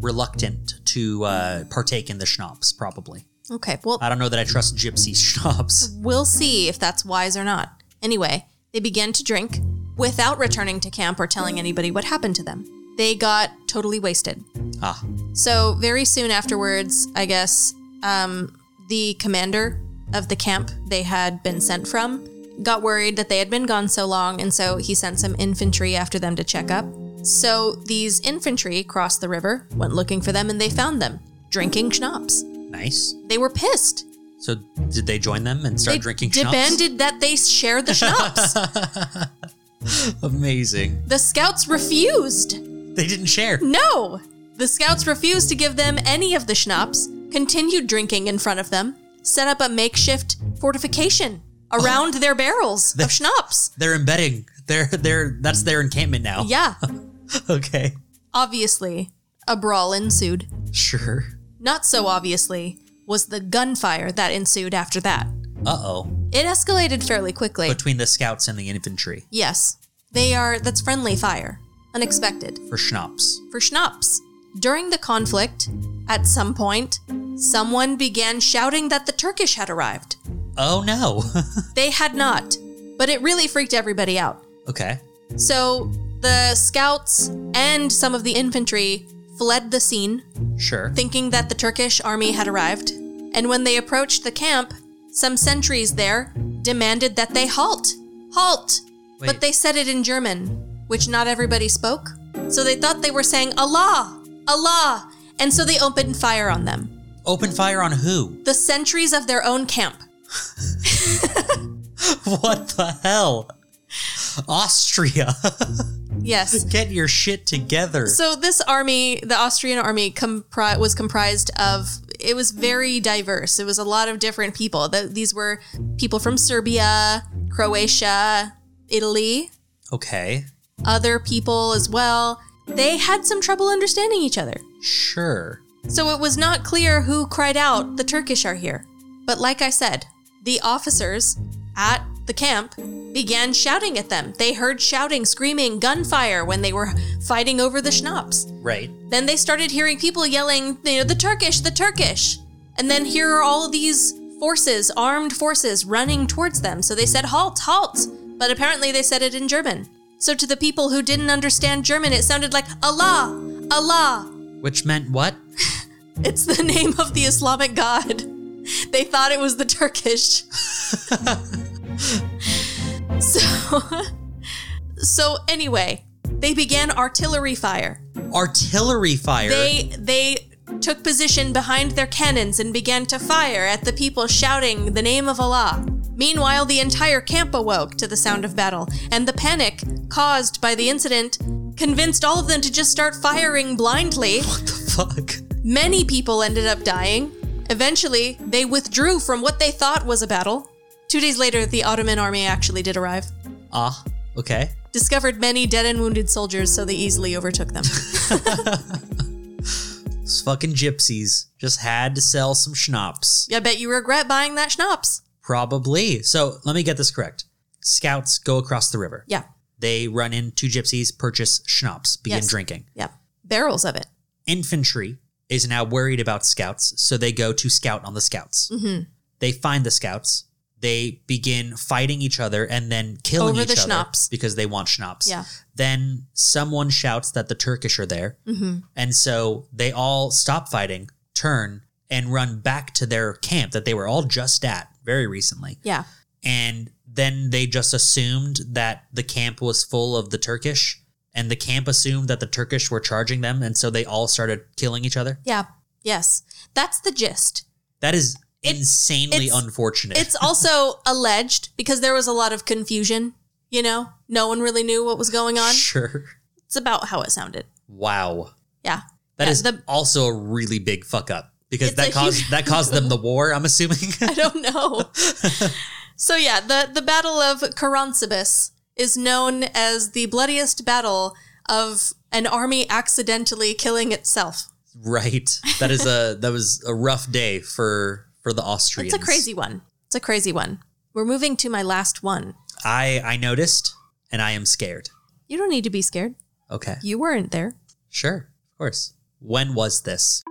Speaker 2: reluctant to uh, partake in the schnapps. Probably.
Speaker 3: Okay, well,
Speaker 2: I don't know that I trust gypsy schnapps.
Speaker 3: We'll see if that's wise or not. Anyway, they began to drink without returning to camp or telling anybody what happened to them. They got totally wasted.
Speaker 2: Ah,
Speaker 3: So, very soon afterwards, I guess, um, the commander of the camp they had been sent from got worried that they had been gone so long, and so he sent some infantry after them to check up. So, these infantry crossed the river, went looking for them, and they found them drinking schnapps.
Speaker 2: nice.
Speaker 3: They were pissed.
Speaker 2: So did they join them and start
Speaker 3: They
Speaker 2: drinking schnapps?
Speaker 3: demanded that they share the schnapps.
Speaker 2: Amazing.
Speaker 3: The scouts refused.
Speaker 2: They didn't share.
Speaker 3: No! The scouts refused to give them any of the schnapps, continued drinking in front of them, set up a makeshift fortification
Speaker 2: Oh.
Speaker 3: around their barrels of schnapps.
Speaker 2: They're embedding. They're they're that's their encampment now.
Speaker 3: Yeah,
Speaker 2: Okay.
Speaker 3: obviously, a brawl ensued.
Speaker 2: Sure.
Speaker 3: Not so obviously was the gunfire that ensued after that.
Speaker 2: Uh oh.
Speaker 3: It escalated fairly quickly.
Speaker 2: Between the scouts and the infantry
Speaker 3: yes, they are, that's friendly fire. Unexpected.
Speaker 2: for schnapps.
Speaker 3: for schnapps. During the conflict, at some point, someone began shouting that the Turkish had arrived.
Speaker 2: Oh no.
Speaker 3: They had not, but it really freaked everybody out.
Speaker 2: okay.
Speaker 3: So the scouts and some of the infantry fled the scene,
Speaker 2: Sure.
Speaker 3: thinking that the Turkish army had arrived. And when they approached the camp, some sentries there demanded that they halt. Halt!
Speaker 2: Wait.
Speaker 3: But they said it in German, which not everybody spoke. So they thought they were saying Allah! Allah! And so they opened fire on them.
Speaker 2: Open fire on who?
Speaker 3: The sentries of their own camp.
Speaker 2: What the hell? Austria.
Speaker 3: Yes.
Speaker 2: Get your shit together.
Speaker 3: So this army, the Austrian army, compri- was comprised of. It was very diverse. It was a lot of different people. Th- these were people from Serbia, Croatia, Italy,
Speaker 2: okay.
Speaker 3: other people as well. They had some trouble understanding each other.
Speaker 2: Sure.
Speaker 3: So it was not clear who cried out, the Turkish are here. But like I said, the officers at the camp began shouting at them. They heard shouting, screaming, gunfire when they were fighting over the schnapps.
Speaker 2: Right.
Speaker 3: Then they started hearing people yelling, you know, the Turkish, the Turkish. And then here are all these forces, armed forces, running towards them. So they said, halt, halt. But apparently they said it in German. So to the people who didn't understand German, it sounded like Allah, Allah.
Speaker 2: Which meant what?
Speaker 3: It's the name of the Islamic God. They thought it was the Turkish. so, so anyway, they began artillery fire.
Speaker 2: Artillery fire.
Speaker 3: They they took position behind their cannons and began to fire at the people shouting the name of Allah. Meanwhile, the entire camp awoke to the sound of battle, and the panic caused by the incident convinced all of them to just start firing blindly.
Speaker 2: Fuck.
Speaker 3: Many people ended up dying. Eventually, they withdrew from what they thought was a battle. Two days later, the Ottoman army actually did arrive,
Speaker 2: Ah. Okay.
Speaker 3: discovered many dead and wounded soldiers, so they easily overtook them.
Speaker 2: Those fucking gypsies just had to sell some schnapps.
Speaker 3: I bet you regret buying that schnapps.
Speaker 2: Probably. So let me get this correct. Scouts go across the river.
Speaker 3: Yeah.
Speaker 2: They run into gypsies, purchase schnapps, begin
Speaker 3: Yes.
Speaker 2: drinking.
Speaker 3: Yeah. Barrels of it.
Speaker 2: Infantry is
Speaker 3: Mm-hmm.
Speaker 2: now worried about scouts, so they go to scout on the scouts. They find the scouts. They begin fighting each other and then killing
Speaker 3: Over
Speaker 2: each
Speaker 3: the
Speaker 2: other
Speaker 3: schnapps.
Speaker 2: because they want schnapps.
Speaker 3: Yeah.
Speaker 2: Then someone shouts that the Turkish are there.
Speaker 3: Mm-hmm.
Speaker 2: And so they all stop fighting, turn, and run back to their camp that they were all just at very recently.
Speaker 3: Yeah.
Speaker 2: And then they just assumed that the camp was full of the Turkish, and the camp assumed that the Turkish were charging them. And so they all started killing each other.
Speaker 3: Yeah. Yes. That's the gist.
Speaker 2: That is
Speaker 3: It-
Speaker 2: insanely
Speaker 3: it's-
Speaker 2: unfortunate.
Speaker 3: It's also alleged because there was a lot of confusion, you know? No one really knew what was going on.
Speaker 2: Sure.
Speaker 3: It's about how it sounded.
Speaker 2: Wow.
Speaker 3: Yeah.
Speaker 2: that
Speaker 3: Yeah,
Speaker 2: is
Speaker 3: the-
Speaker 2: also a really big fuck up because
Speaker 3: It's a
Speaker 2: that
Speaker 3: huge-
Speaker 2: caused that caused them the war. I'm assuming.
Speaker 3: I don't know. so yeah, the the Battle of Caronsibus is known as the bloodiest battle of an army accidentally killing itself.
Speaker 2: right. That is a that was a rough day for for the Austrians.
Speaker 3: It's a crazy one. It's a crazy one. We're moving to my last one.
Speaker 2: I I noticed, and I am scared.
Speaker 3: You don't need to be scared.
Speaker 2: Okay.
Speaker 3: You weren't there.
Speaker 2: Sure. Of course. When was this?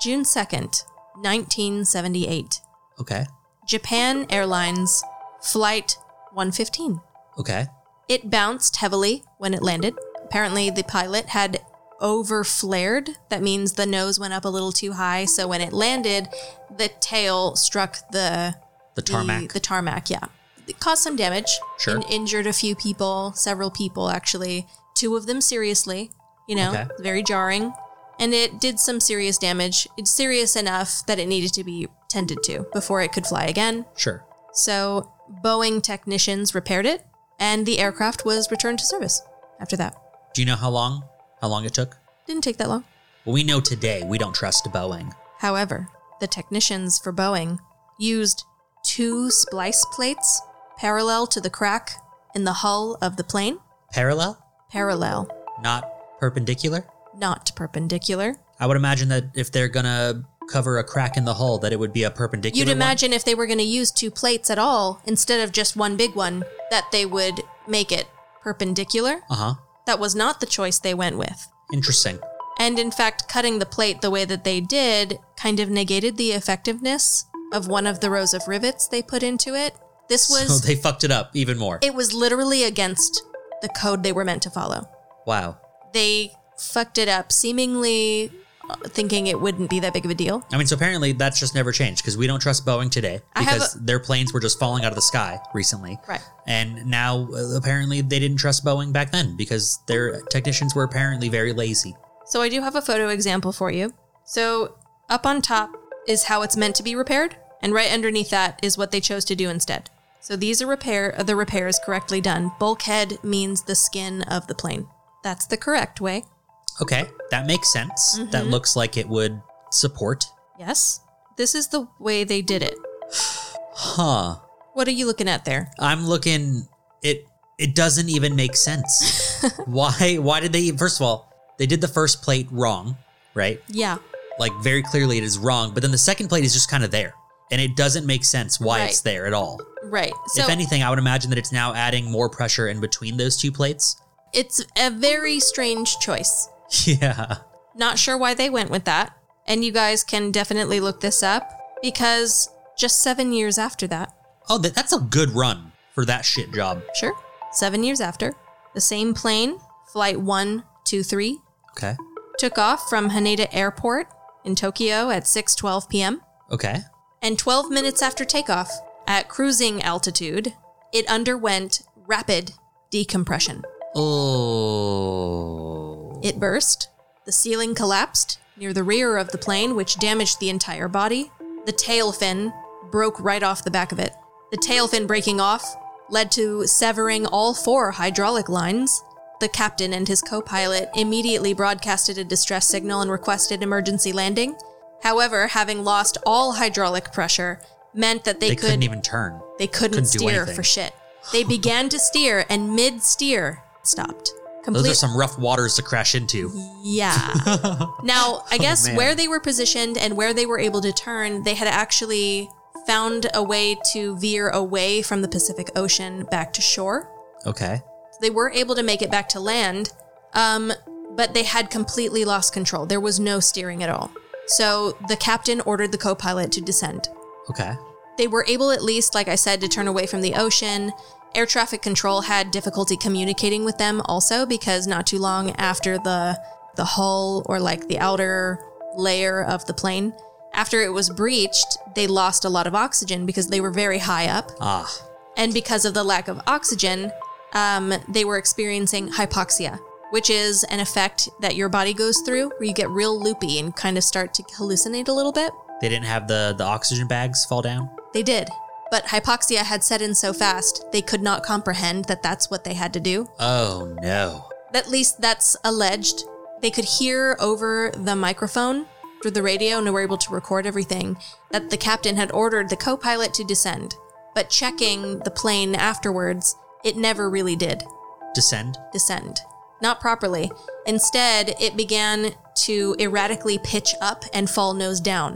Speaker 3: June 2nd, 1978.
Speaker 2: Okay.
Speaker 3: Japan Airlines Flight 115.
Speaker 2: Okay.
Speaker 3: It bounced heavily when it landed. Apparently, the pilot had over flared. That means the nose went up a little too high. So when it landed, the tail struck the
Speaker 2: The tarmac.
Speaker 3: The, tarmac, yeah. It caused some damage.
Speaker 2: Sure.
Speaker 3: In- injured a few people, several people actually. Two of them seriously. You know,
Speaker 2: Okay.
Speaker 3: very jarring. And it did some serious damage. It's serious enough that it needed to be tended to before it could fly again.
Speaker 2: sure.
Speaker 3: So Boeing technicians repaired it, and the aircraft was returned to service after that.
Speaker 2: Do you know how long? How long it took?
Speaker 3: Didn't take that long.
Speaker 2: Well, we know today we don't trust Boeing.
Speaker 3: However, the technicians for Boeing used two splice plates parallel to the crack in the hull of the plane.
Speaker 2: Parallel,
Speaker 3: Parallel,
Speaker 2: not perpendicular.
Speaker 3: not perpendicular.
Speaker 2: I would imagine that if they're gonna cover a crack in the hull, that it would be a perpendicular.
Speaker 3: You'd
Speaker 2: one.
Speaker 3: imagine if they were going to use two plates at all instead of just one big one, that they would make it perpendicular.
Speaker 2: Uh huh.
Speaker 3: That was not the choice they went with.
Speaker 2: Interesting.
Speaker 3: And in fact, cutting the plate the way that they did kind of negated the effectiveness of one of the rows of rivets they put into it. This was
Speaker 2: so they fucked it up even more.
Speaker 3: it was literally against the code they were meant to follow.
Speaker 2: wow.
Speaker 3: They fucked it up seemingly uh, thinking it wouldn't be that big of a deal.
Speaker 2: I mean, so apparently that's just never changed because we don't trust Boeing today
Speaker 3: I have
Speaker 2: because their planes were just falling out of the sky recently.
Speaker 3: Right.
Speaker 2: And now uh, apparently they didn't trust Boeing back then because their technicians were apparently very lazy.
Speaker 3: So I do have a photo example for you. So up on top is how it's meant to be repaired, and right underneath that is what they chose to do instead. So these are repair are the repairs correctly done. Bulkhead means the skin of the plane. That's the correct way.
Speaker 2: Okay, that makes sense.
Speaker 3: Mm-hmm.
Speaker 2: That looks like it would support.
Speaker 3: Yes. This is the way they did it.
Speaker 2: Huh.
Speaker 3: What are you looking at there?
Speaker 2: I'm looking it it doesn't even make sense. why why did they first of all, they did the first plate wrong, right?
Speaker 3: Yeah.
Speaker 2: Like very clearly it is wrong, but then the second plate is just kind of there. And it doesn't make sense why it's
Speaker 3: Right.
Speaker 2: there at all.
Speaker 3: Right. So
Speaker 2: if anything, I would imagine that it's now adding more pressure in between those two plates.
Speaker 3: it's a very strange choice.
Speaker 2: Yeah.
Speaker 3: Not sure why they went with that. And you guys can definitely look this up because just seven years after that,
Speaker 2: Oh, that, that's a good run for that shit job.
Speaker 3: Sure. Seven years after, the same plane, Flight 123,
Speaker 2: Okay.
Speaker 3: took off from Haneda Airport in Tokyo at 6:12 p.m.
Speaker 2: Okay.
Speaker 3: and 12 minutes after takeoff, at cruising altitude, it underwent rapid decompression.
Speaker 2: Oh.
Speaker 3: It burst. The ceiling collapsed near the rear of the plane, which damaged the entire body. The tail fin broke right off the back of it. The tail fin breaking off led to severing all four hydraulic lines. The captain and his co pilot immediately broadcasted a distress signal and requested emergency landing. However, having lost all hydraulic pressure meant that they,
Speaker 2: they
Speaker 3: could
Speaker 2: couldn't even turn.
Speaker 3: they couldn't,
Speaker 2: couldn't do
Speaker 3: steer
Speaker 2: anything.
Speaker 3: for shit. They began to steer and mid steer stopped.
Speaker 2: Those
Speaker 3: Complete-
Speaker 2: are some rough waters to crash into.
Speaker 3: yeah. now, I guess
Speaker 2: man.
Speaker 3: where they were positioned and where they were able to turn, they had actually found a way to veer away from the Pacific Ocean back to shore.
Speaker 2: Okay.
Speaker 3: They were able to make it back to land, um, but they had completely lost control. There was no steering at all. So the captain ordered the co pilot to descend.
Speaker 2: Okay.
Speaker 3: They were able, at least, like I said, to turn away from the ocean. Air traffic control had difficulty communicating with them also because not too long after the the hull or like the outer layer of the plane, after it was breached, they lost a lot of oxygen because they were very high up.
Speaker 2: Ah,
Speaker 3: And because of the lack of oxygen, um, they were experiencing hypoxia, which is an effect that your body goes through where you get real loopy and kind of start to hallucinate a little bit.
Speaker 2: they didn't have the the oxygen bags fall down.
Speaker 3: They did. But hypoxia had set in so fast, they could not comprehend that that's what they had to do.
Speaker 2: Oh no.
Speaker 3: At least that's alleged. They could hear over the microphone through the radio and were able to record everything that the captain had ordered the co pilot to descend. But checking the plane afterwards, it never really did
Speaker 2: Descend.
Speaker 3: descend. Not properly. Instead, it began to erratically pitch up and fall nose down.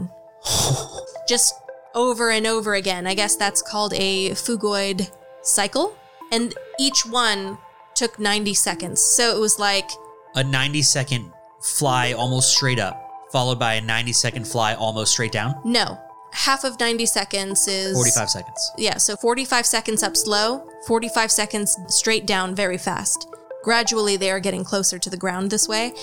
Speaker 3: Just over and over again. I guess that's called a fugoid cycle. And each one took 90 seconds. So it was like,
Speaker 2: A 90 second fly almost straight up, followed by a 90 second fly almost straight down.
Speaker 3: no, half of 90 seconds is
Speaker 2: 45 seconds.
Speaker 3: Yeah, so 45 seconds up slow, 45 seconds straight down very fast. Gradually, they are getting closer to the ground this way.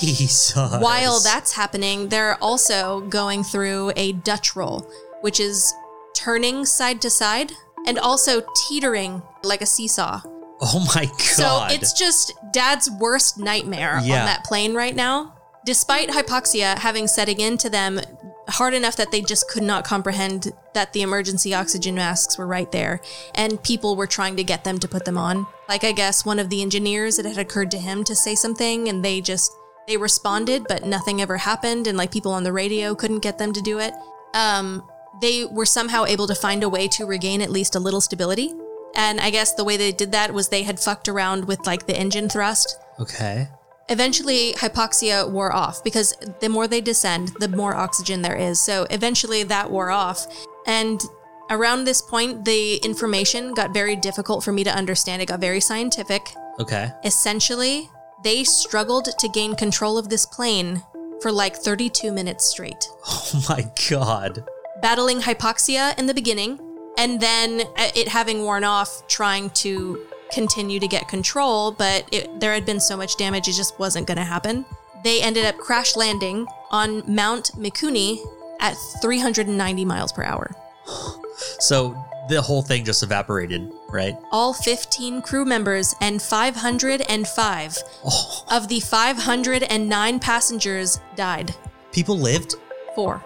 Speaker 2: Jesus.
Speaker 3: While that's happening, they're also going through a Dutch roll, which is turning side to side and also teetering like a seesaw.
Speaker 2: Oh my god.
Speaker 3: So it's just dad's worst nightmare
Speaker 2: Yeah.
Speaker 3: on that plane right now. Despite hypoxia having setting into them hard enough that they just could not comprehend that the emergency oxygen masks were right there and people were trying to get them to put them on. Like I guess one of the engineers it had occurred to him to say something and they just they responded but nothing ever happened and like people on the radio couldn't get them to do it. Um they were somehow able to find a way to regain at least a little stability. And I guess the way they did that was they had fucked around with like the engine thrust.
Speaker 2: okay.
Speaker 3: Eventually, hypoxia wore off because the more they descend, the more oxygen there is. So eventually, that wore off. And around this point, the information got very difficult for me to understand. It got very scientific.
Speaker 2: Okay.
Speaker 3: Essentially, they struggled to gain control of this plane for like 32 minutes straight
Speaker 2: Oh my god.
Speaker 3: battling hypoxia in the beginning, and then uh, it having worn off, trying to continue to get control, but it, there had been so much damage, it just wasn't going to happen. They ended up crash landing on Mount Mikuni at 390 miles per hour.
Speaker 2: So the whole thing just evaporated, right?
Speaker 3: All 15 crew members and 505
Speaker 2: Oh,
Speaker 3: of the 509 passengers died.
Speaker 2: people lived?
Speaker 3: Four.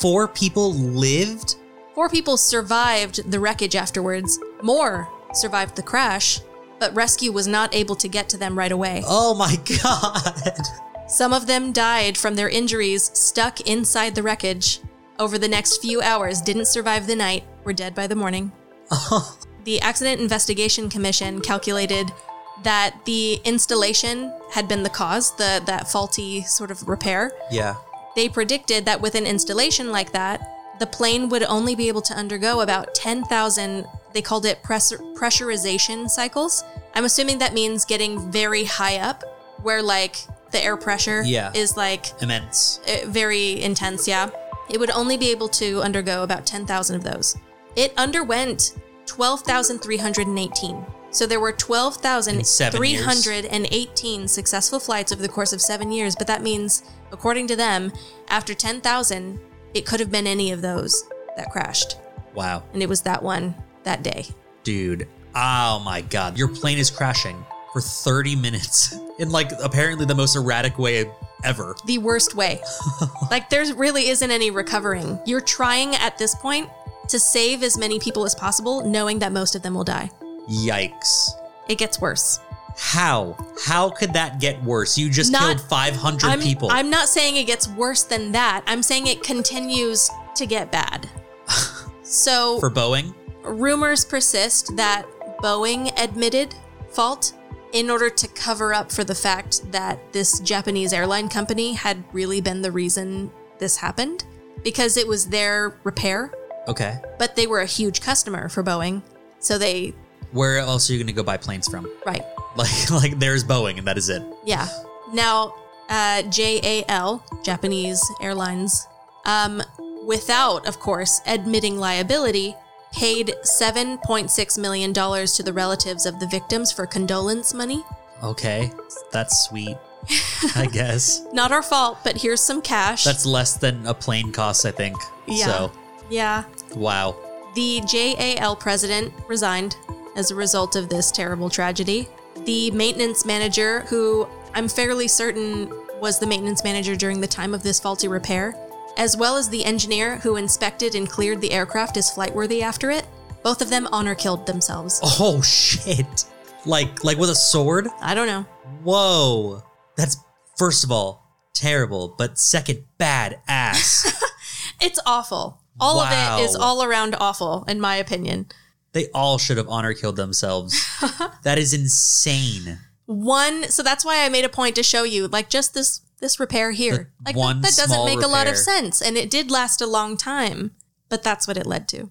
Speaker 2: Four people lived?
Speaker 3: Four people survived the wreckage afterwards. More survived the crash, but rescue was not able to get to them right away.
Speaker 2: Oh my god.
Speaker 3: Some of them died from their injuries stuck inside the wreckage. Over the next few hours, didn't survive the night, were dead by the morning. The Accident Investigation Commission calculated that the installation had been the cause, the that faulty sort of repair.
Speaker 2: yeah.
Speaker 3: They predicted that with an installation like that, the plane would only be able to undergo about 10,000, they called it pressur- pressurization cycles. I'm assuming that means getting very high up, where like the air pressure
Speaker 2: Yeah.
Speaker 3: is like
Speaker 2: Immense.
Speaker 3: uh, very intense, yeah. It would only be able to undergo about 10,000 of those. It underwent 12,318. So there were
Speaker 2: In seven years.
Speaker 3: 12,318 successful flights over the course of seven years, but that means, according to them, after 10,000, it could have been any of those that crashed.
Speaker 2: Wow.
Speaker 3: And it was that one that day.
Speaker 2: Dude. Oh my god. Your plane is crashing for 30 minutes in like apparently the most erratic way ever.
Speaker 3: the worst way. like there really isn't any recovering. You're trying at this point to save as many people as possible, knowing that most of them will die.
Speaker 2: Yikes.
Speaker 3: It gets worse.
Speaker 2: How? How could that get worse? You just
Speaker 3: Not-
Speaker 2: killed 500
Speaker 3: I'm,
Speaker 2: people.
Speaker 3: I'm not saying it gets worse than that. I'm saying it continues to get bad. so
Speaker 2: for Boeing?
Speaker 3: rumors persist that Boeing admitted fault in order to cover up for the fact that this Japanese airline company had really been the reason this happened because it was their repair
Speaker 2: Okay.
Speaker 3: but they were a huge customer for Boeing. So they,
Speaker 2: Where else are you going to go buy planes from?
Speaker 3: right,
Speaker 2: Like, like there's Boeing, and that is it.
Speaker 3: yeah. Now, uh, JAL, Japanese Airlines, um, without, of course, admitting liability, paid $7.6 million to the relatives of the victims for condolence money.
Speaker 2: Okay, that's sweet. I guess
Speaker 3: Not our fault, but here's some cash.
Speaker 2: that's less than a plane cost. I think.
Speaker 3: Yeah.
Speaker 2: So
Speaker 3: yeah.
Speaker 2: wow.
Speaker 3: The JAL president resigned as a result of this terrible tragedy. The maintenance manager, who I'm fairly certain was the maintenance manager during the time of this faulty repair, as well as the engineer who inspected and cleared the aircraft as flightworthy after it, both of them honor killed themselves.
Speaker 2: Oh shit! Like like with a sword?
Speaker 3: I don't know.
Speaker 2: Whoa! That's first of all terrible, but second bad ass.
Speaker 3: It's awful. All of it is
Speaker 2: Wow.
Speaker 3: all around awful, in my opinion.
Speaker 2: they all should have honor killed themselves. that is insane.
Speaker 3: one so that's why i made a point to show you like just this this repair here
Speaker 2: The
Speaker 3: like
Speaker 2: one
Speaker 3: that, that doesn't
Speaker 2: small
Speaker 3: make a lot of
Speaker 2: repair.
Speaker 3: sense and it did last a long time but that's what it led to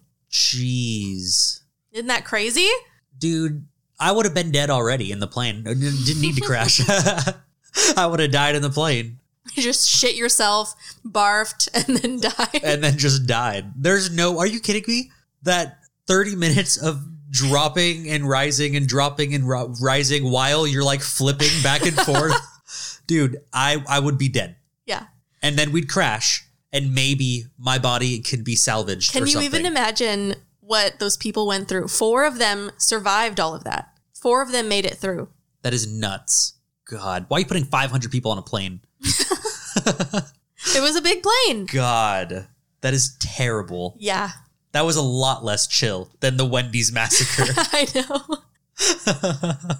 Speaker 2: Jeez,
Speaker 3: isn't that crazy
Speaker 2: dude, I would have been dead already in the plane. I didn't didn't need to crash. I would have died in the plane
Speaker 3: you just shit yourself barfed and then died
Speaker 2: and then just died. There's no. Are you kidding me? That 30 minutes of dropping and rising and dropping and ro- rising while you're like flipping back and forth, dude. I I would be dead.
Speaker 3: yeah
Speaker 2: and then we'd crash and maybe my body could be salvaged
Speaker 3: can
Speaker 2: or
Speaker 3: you
Speaker 2: something.
Speaker 3: even imagine what those people went through four of them survived all of that four of them made it through
Speaker 2: that is nuts god why are you putting 500 people on a plane
Speaker 3: it was a big plane
Speaker 2: god that is terrible
Speaker 3: yeah
Speaker 2: that was a lot less chill than the wendy's massacre
Speaker 3: i know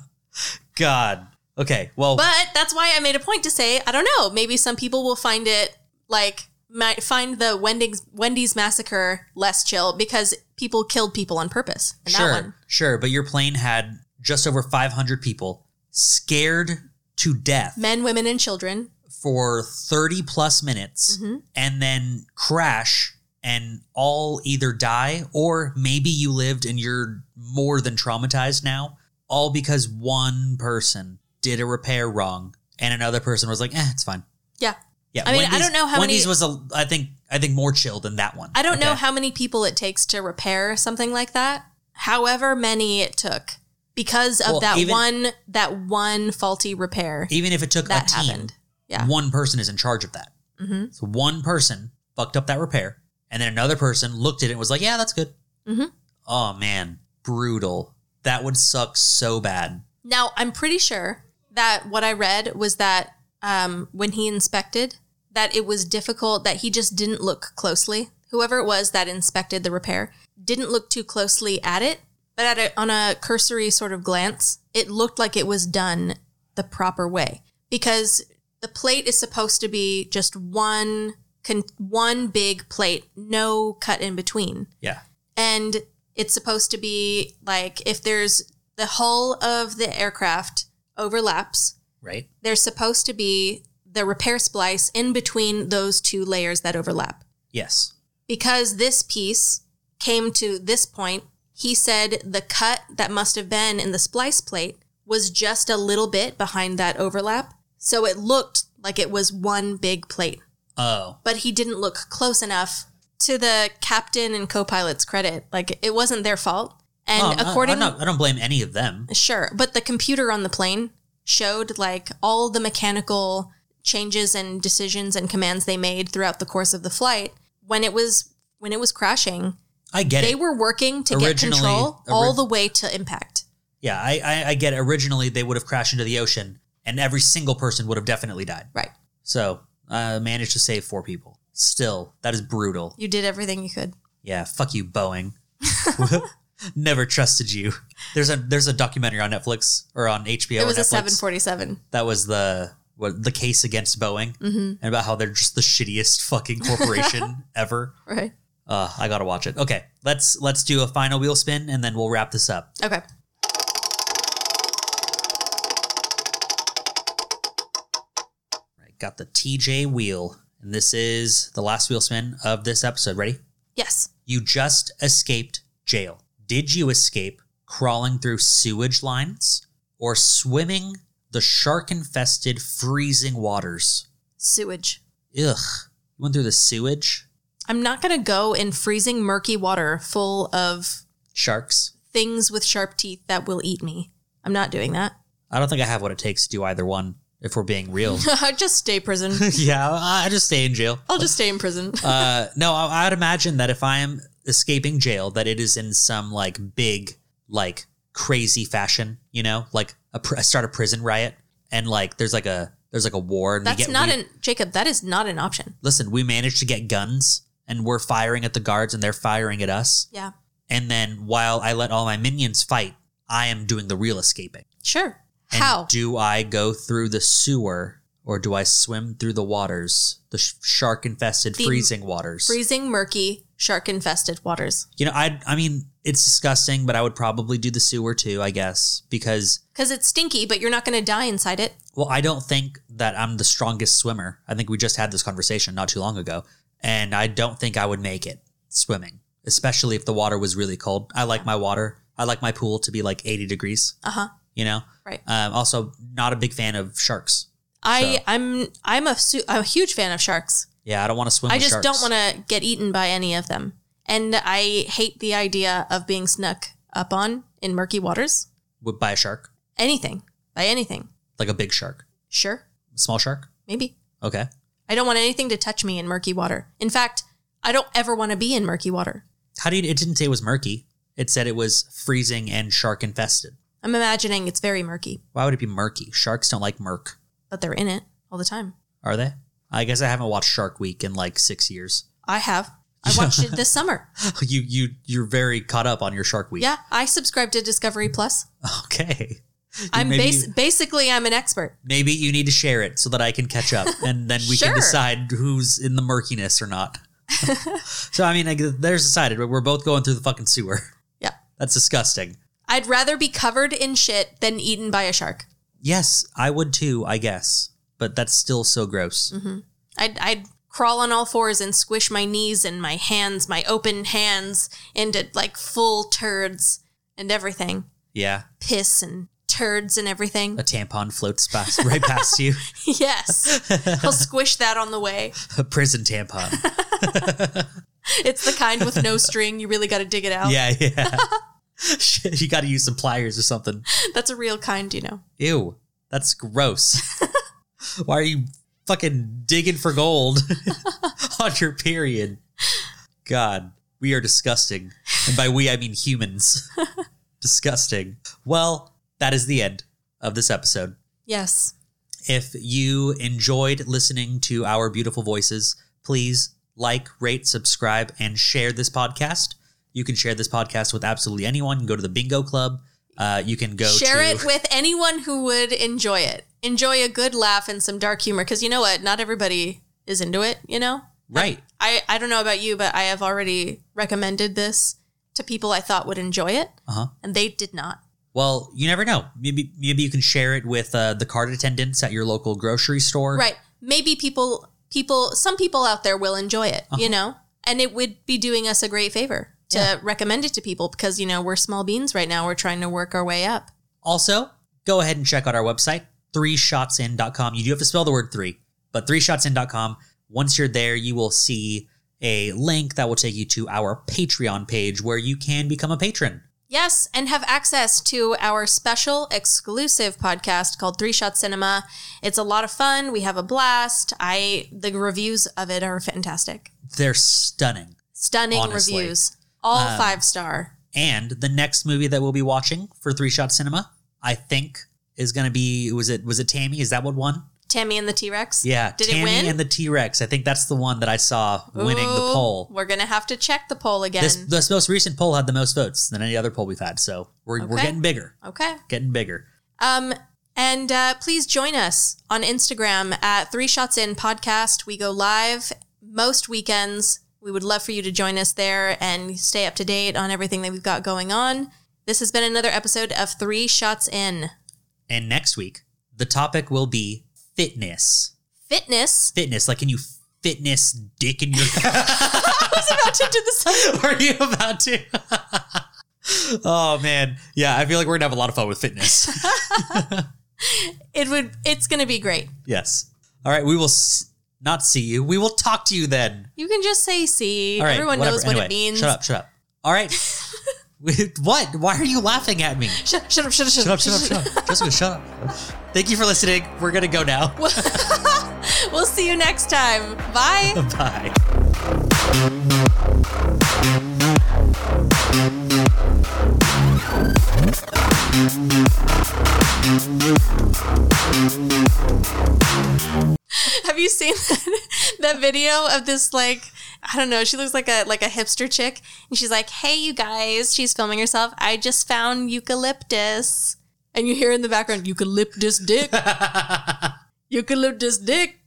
Speaker 2: god okay well
Speaker 3: But that's why I made a point to say, I don't know, maybe some people will find it like might find the Wendy's Wendy's massacre less chill because people killed people on purpose. And that one.
Speaker 2: sure sure but your plane had just over 500 people scared to death
Speaker 3: Men, women, and children.
Speaker 2: for 30 plus minutes
Speaker 3: Mm-hmm.
Speaker 2: and then crash and all either die or maybe you lived and you're more than traumatized now all because one person did a repair wrong and another person was like eh it's fine
Speaker 3: Yeah.
Speaker 2: yeah
Speaker 3: I mean, I don't know how
Speaker 2: Wendy's
Speaker 3: many-
Speaker 2: was a I think I think more chill than that one
Speaker 3: I don't know
Speaker 2: Okay.
Speaker 3: how many people it takes to repair something like that. However many it took. Because of
Speaker 2: Well,
Speaker 3: that
Speaker 2: even-
Speaker 3: one that one faulty repair
Speaker 2: even if it took
Speaker 3: that
Speaker 2: a team
Speaker 3: happened. Yeah.
Speaker 2: one person is in charge of that
Speaker 3: Mhm.
Speaker 2: So one person fucked up that repair, and then another person looked at it and was like, "Yeah, that's good."
Speaker 3: Mhm.
Speaker 2: Oh man, brutal. That would suck so bad.
Speaker 3: Now, I'm pretty sure that what I read was that um, when he inspected, that it was difficult that he just didn't look closely. Whoever it was that inspected the repair didn't look too closely at it, but at a, on a cursory sort of glance, it looked like it was done the proper way because the plate is supposed to be just one con- one big plate, no cut in between
Speaker 2: Yeah,
Speaker 3: and it's supposed to be like if there's the hull of the aircraft overlaps,
Speaker 2: right.
Speaker 3: there's supposed to be the repair splice in between those two layers that overlap.
Speaker 2: Yes.
Speaker 3: Because this piece came to this point, he said the cut that must have been in the splice plate was just a little bit behind that overlap. So it looked like it was one big plate
Speaker 2: Oh,
Speaker 3: but he didn't look close enough to the captain and co-pilot's credit like it wasn't their fault and
Speaker 2: Oh, I-
Speaker 3: according
Speaker 2: I'm not- I don't blame any of them.
Speaker 3: sure but the computer on the plane showed like all the mechanical changes and decisions and commands they made throughout the course of the flight when it was when it was crashing
Speaker 2: I get
Speaker 3: they
Speaker 2: it.
Speaker 3: were working to get
Speaker 2: Originally-
Speaker 3: control all
Speaker 2: orig-
Speaker 3: the way to impact
Speaker 2: yeah, I, I, I get. It. Originally, they would have crashed into the ocean, and every single person would have definitely died.
Speaker 3: right
Speaker 2: So, uh, managed to save four people. Still, that is brutal.
Speaker 3: you did everything you could
Speaker 2: Yeah, fuck you, Boeing. Never trusted you. There's a there's a documentary on Netflix or on HBO.
Speaker 3: it
Speaker 2: or
Speaker 3: was a
Speaker 2: Netflix.
Speaker 3: 747
Speaker 2: That was the what the case against Boeing
Speaker 3: Mm-hmm.
Speaker 2: and about how they're just the shittiest fucking corporation ever.
Speaker 3: right
Speaker 2: Uh, I gotta watch it. Okay, let's let's do a final wheel spin and then we'll wrap this up.
Speaker 3: okay
Speaker 2: Right, got the TJ wheel, and this is the last wheel spin of this episode. Ready?
Speaker 3: yes
Speaker 2: You just escaped jail. Did you escape crawling through sewage lines or swimming the shark infested freezing waters?
Speaker 3: sewage
Speaker 2: Ugh. You went through the sewage?
Speaker 3: I'm not going to go in freezing murky water full of
Speaker 2: Sharks.
Speaker 3: things with sharp teeth that will eat me. I'm not doing that.
Speaker 2: I don't think I have what it takes to do either one. If we're being real,
Speaker 3: just stay prison.
Speaker 2: yeah, I I just stay in jail.
Speaker 3: I'll just stay in prison.
Speaker 2: Uh, no, I, I'd imagine that if I'm escaping jail, that it is in some like big, like crazy fashion. You know, like a pr- start a prison riot, and like there's like a there's like a war. And we
Speaker 3: That's
Speaker 2: get,
Speaker 3: not
Speaker 2: we-
Speaker 3: an Jacob. That is not an option.
Speaker 2: listen. We managed to get guns, and we're firing at the guards, and they're firing at us.
Speaker 3: Yeah,
Speaker 2: And then while I let all my minions fight, I am doing the real escaping.
Speaker 3: sure.
Speaker 2: And
Speaker 3: How?
Speaker 2: do I go through the sewer or do I swim through the waters, the sh- shark infested
Speaker 3: The-
Speaker 2: freezing waters?
Speaker 3: Freezing, murky, shark-infested waters.
Speaker 2: you know, I I mean, it's disgusting, but I would probably do the sewer too, I guess, because
Speaker 3: Because it's stinky, but you're not going to die inside it.
Speaker 2: well, I don't think that I'm the strongest swimmer. I think we just had this conversation not too long ago, and I don't think I would make it swimming, especially if the water was really cold. I like my water. I like my pool to be like 80 degrees.
Speaker 3: Uh huh.
Speaker 2: You know,
Speaker 3: Right.
Speaker 2: Um, also, not a big fan of sharks.
Speaker 3: I
Speaker 2: So-
Speaker 3: I'm I'm a su- I'm a huge fan of sharks.
Speaker 2: Yeah, I don't want to swim.
Speaker 3: I
Speaker 2: with
Speaker 3: just
Speaker 2: sharks.
Speaker 3: don't want to get eaten by any of them, and I hate the idea of being snuck up on in murky waters.
Speaker 2: Would buy a shark,
Speaker 3: Anything by anything.
Speaker 2: like a big shark,
Speaker 3: Sure,
Speaker 2: small shark.
Speaker 3: maybe.
Speaker 2: Okay.
Speaker 3: I don't want anything to touch me in murky water. In fact, I don't ever want to be in murky water.
Speaker 2: How do you? It didn't say it was murky. It said it was freezing and shark infested.
Speaker 3: I'm imagining it's very murky,
Speaker 2: Why would it be murky? Sharks don't like murk,
Speaker 3: but they're in it all the time.
Speaker 2: are they? I guess I haven't watched Shark Week in like six years.
Speaker 3: I have. I watched it this summer.
Speaker 2: you you you're very caught up on your Shark Week.
Speaker 3: Yeah, I subscribe to Discovery Plus.
Speaker 2: Okay.
Speaker 3: I'm
Speaker 2: maybe,
Speaker 3: bas- basically I'm an expert.
Speaker 2: maybe you need to share it so that I can catch up, and then we
Speaker 3: Sure.
Speaker 2: can decide who's in the murkiness or not. so I mean, I, guess there's decided, but we're both going through the fucking sewer.
Speaker 3: Yeah.
Speaker 2: That's disgusting.
Speaker 3: I'd rather be covered in shit than eaten by a shark.
Speaker 2: Yes, I would too, I guess. But that's still so gross.
Speaker 3: Mm-hmm. I'd, I'd crawl on all fours and squish my knees and my hands, my open hands, into like full turds and everything.
Speaker 2: Yeah.
Speaker 3: Piss and turds and everything.
Speaker 2: A tampon floats past right past you.
Speaker 3: yes. I'll squish that on the way.
Speaker 2: A prison tampon.
Speaker 3: It's the kind with no string. You really got to dig it out.
Speaker 2: Yeah, yeah. Shit, you got to use some pliers or something.
Speaker 3: That's a real kind, you know.
Speaker 2: Ew. That's gross. Why are you fucking digging for gold on your period? God, we are disgusting. And by we, I mean humans. disgusting. Well, that is the end of this episode.
Speaker 3: Yes.
Speaker 2: If you enjoyed listening to our beautiful voices, please like, rate, subscribe, and share this podcast. You can share this podcast with absolutely anyone. You can Go to the bingo club. Uh, you can go
Speaker 3: Share
Speaker 2: to,
Speaker 3: it with anyone who would enjoy it. Enjoy a good laugh and some dark humor because you know what? Not everybody is into it, you know?
Speaker 2: right.
Speaker 3: I, I don't know about you, but I have already recommended this to people I thought would enjoy it,
Speaker 2: Uh huh.
Speaker 3: and they did not.
Speaker 2: Well, you never know. Maybe maybe you can share it with uh, the cart attendants at your local grocery store.
Speaker 3: Right. Maybe people, people, some people out there will enjoy it,
Speaker 2: Uh-huh.
Speaker 3: you know? And it would be doing us a great favor to recommend it to people because, you know, we're small beans right now. We're trying to work our way up.
Speaker 2: Also, go ahead and check out our website, threeshotsin.com. You do have to spell the word three, but threeshotsin.com. Once you're there, you will see a link that will take you to our Patreon page where you can become a patron.
Speaker 3: Yes, and have access to our special exclusive podcast called Three Shot Cinema. It's a lot of fun. We have a blast. I the reviews of it are fantastic.
Speaker 2: They're stunning.
Speaker 3: Stunning
Speaker 2: Honestly. Um,
Speaker 3: reviews. All 5 star.
Speaker 2: And the next movie that we'll be watching for Three Shot Cinema, I think, is going to be was it was it Tammy? Is that what won?
Speaker 3: Tammy and the T-Rex.
Speaker 2: Yeah,
Speaker 3: Did
Speaker 2: Tammy
Speaker 3: it win?
Speaker 2: and the T Rex. I think that's the one that I saw winning the
Speaker 3: Ooh,
Speaker 2: poll.
Speaker 3: We're going to have to check the poll again.
Speaker 2: This this most recent poll had the most votes than any other poll we've had, so we're we're
Speaker 3: Okay.
Speaker 2: getting bigger,
Speaker 3: okay.
Speaker 2: getting bigger.
Speaker 3: Um, and uh, please join us on Instagram at Three Shots In Podcast. We go live most weekends. We would love for you to join us there and stay up to date on everything that we've got going on. This has been another episode of Three Shots In
Speaker 2: And next week, the topic will be fitness.
Speaker 3: Fitness.
Speaker 2: Fitness, like can you fitness dick in your?
Speaker 3: to do the same.
Speaker 2: Are you about to? oh man, yeah. I feel like we're gonna have a lot of fun with fitness.
Speaker 3: It would. It's going to be great.
Speaker 2: yes. All right, we will. S- Not see you. We will talk to you then.
Speaker 3: You can just say see.
Speaker 2: All right.
Speaker 3: Everyone
Speaker 2: whatever.
Speaker 3: knows what
Speaker 2: Anyway,
Speaker 3: it means.
Speaker 2: Shut up. Shut up. All right. Wait, what? Why are you laughing at me?
Speaker 3: Shut, shut up, shut up, shut,
Speaker 2: Shut up. Shut up. Shut up. Jessica, shut up. Thank you for listening. We're gonna go now.
Speaker 3: We'll see you next time. Bye.
Speaker 2: Bye.
Speaker 3: Have you seen that, that video of this like I don't know, she looks like a like a hipster chick and she's like, "Hey you guys, she's filming herself. I just found eucalyptus." And you hear in the background, "Eucalyptus dick." eucalyptus dick.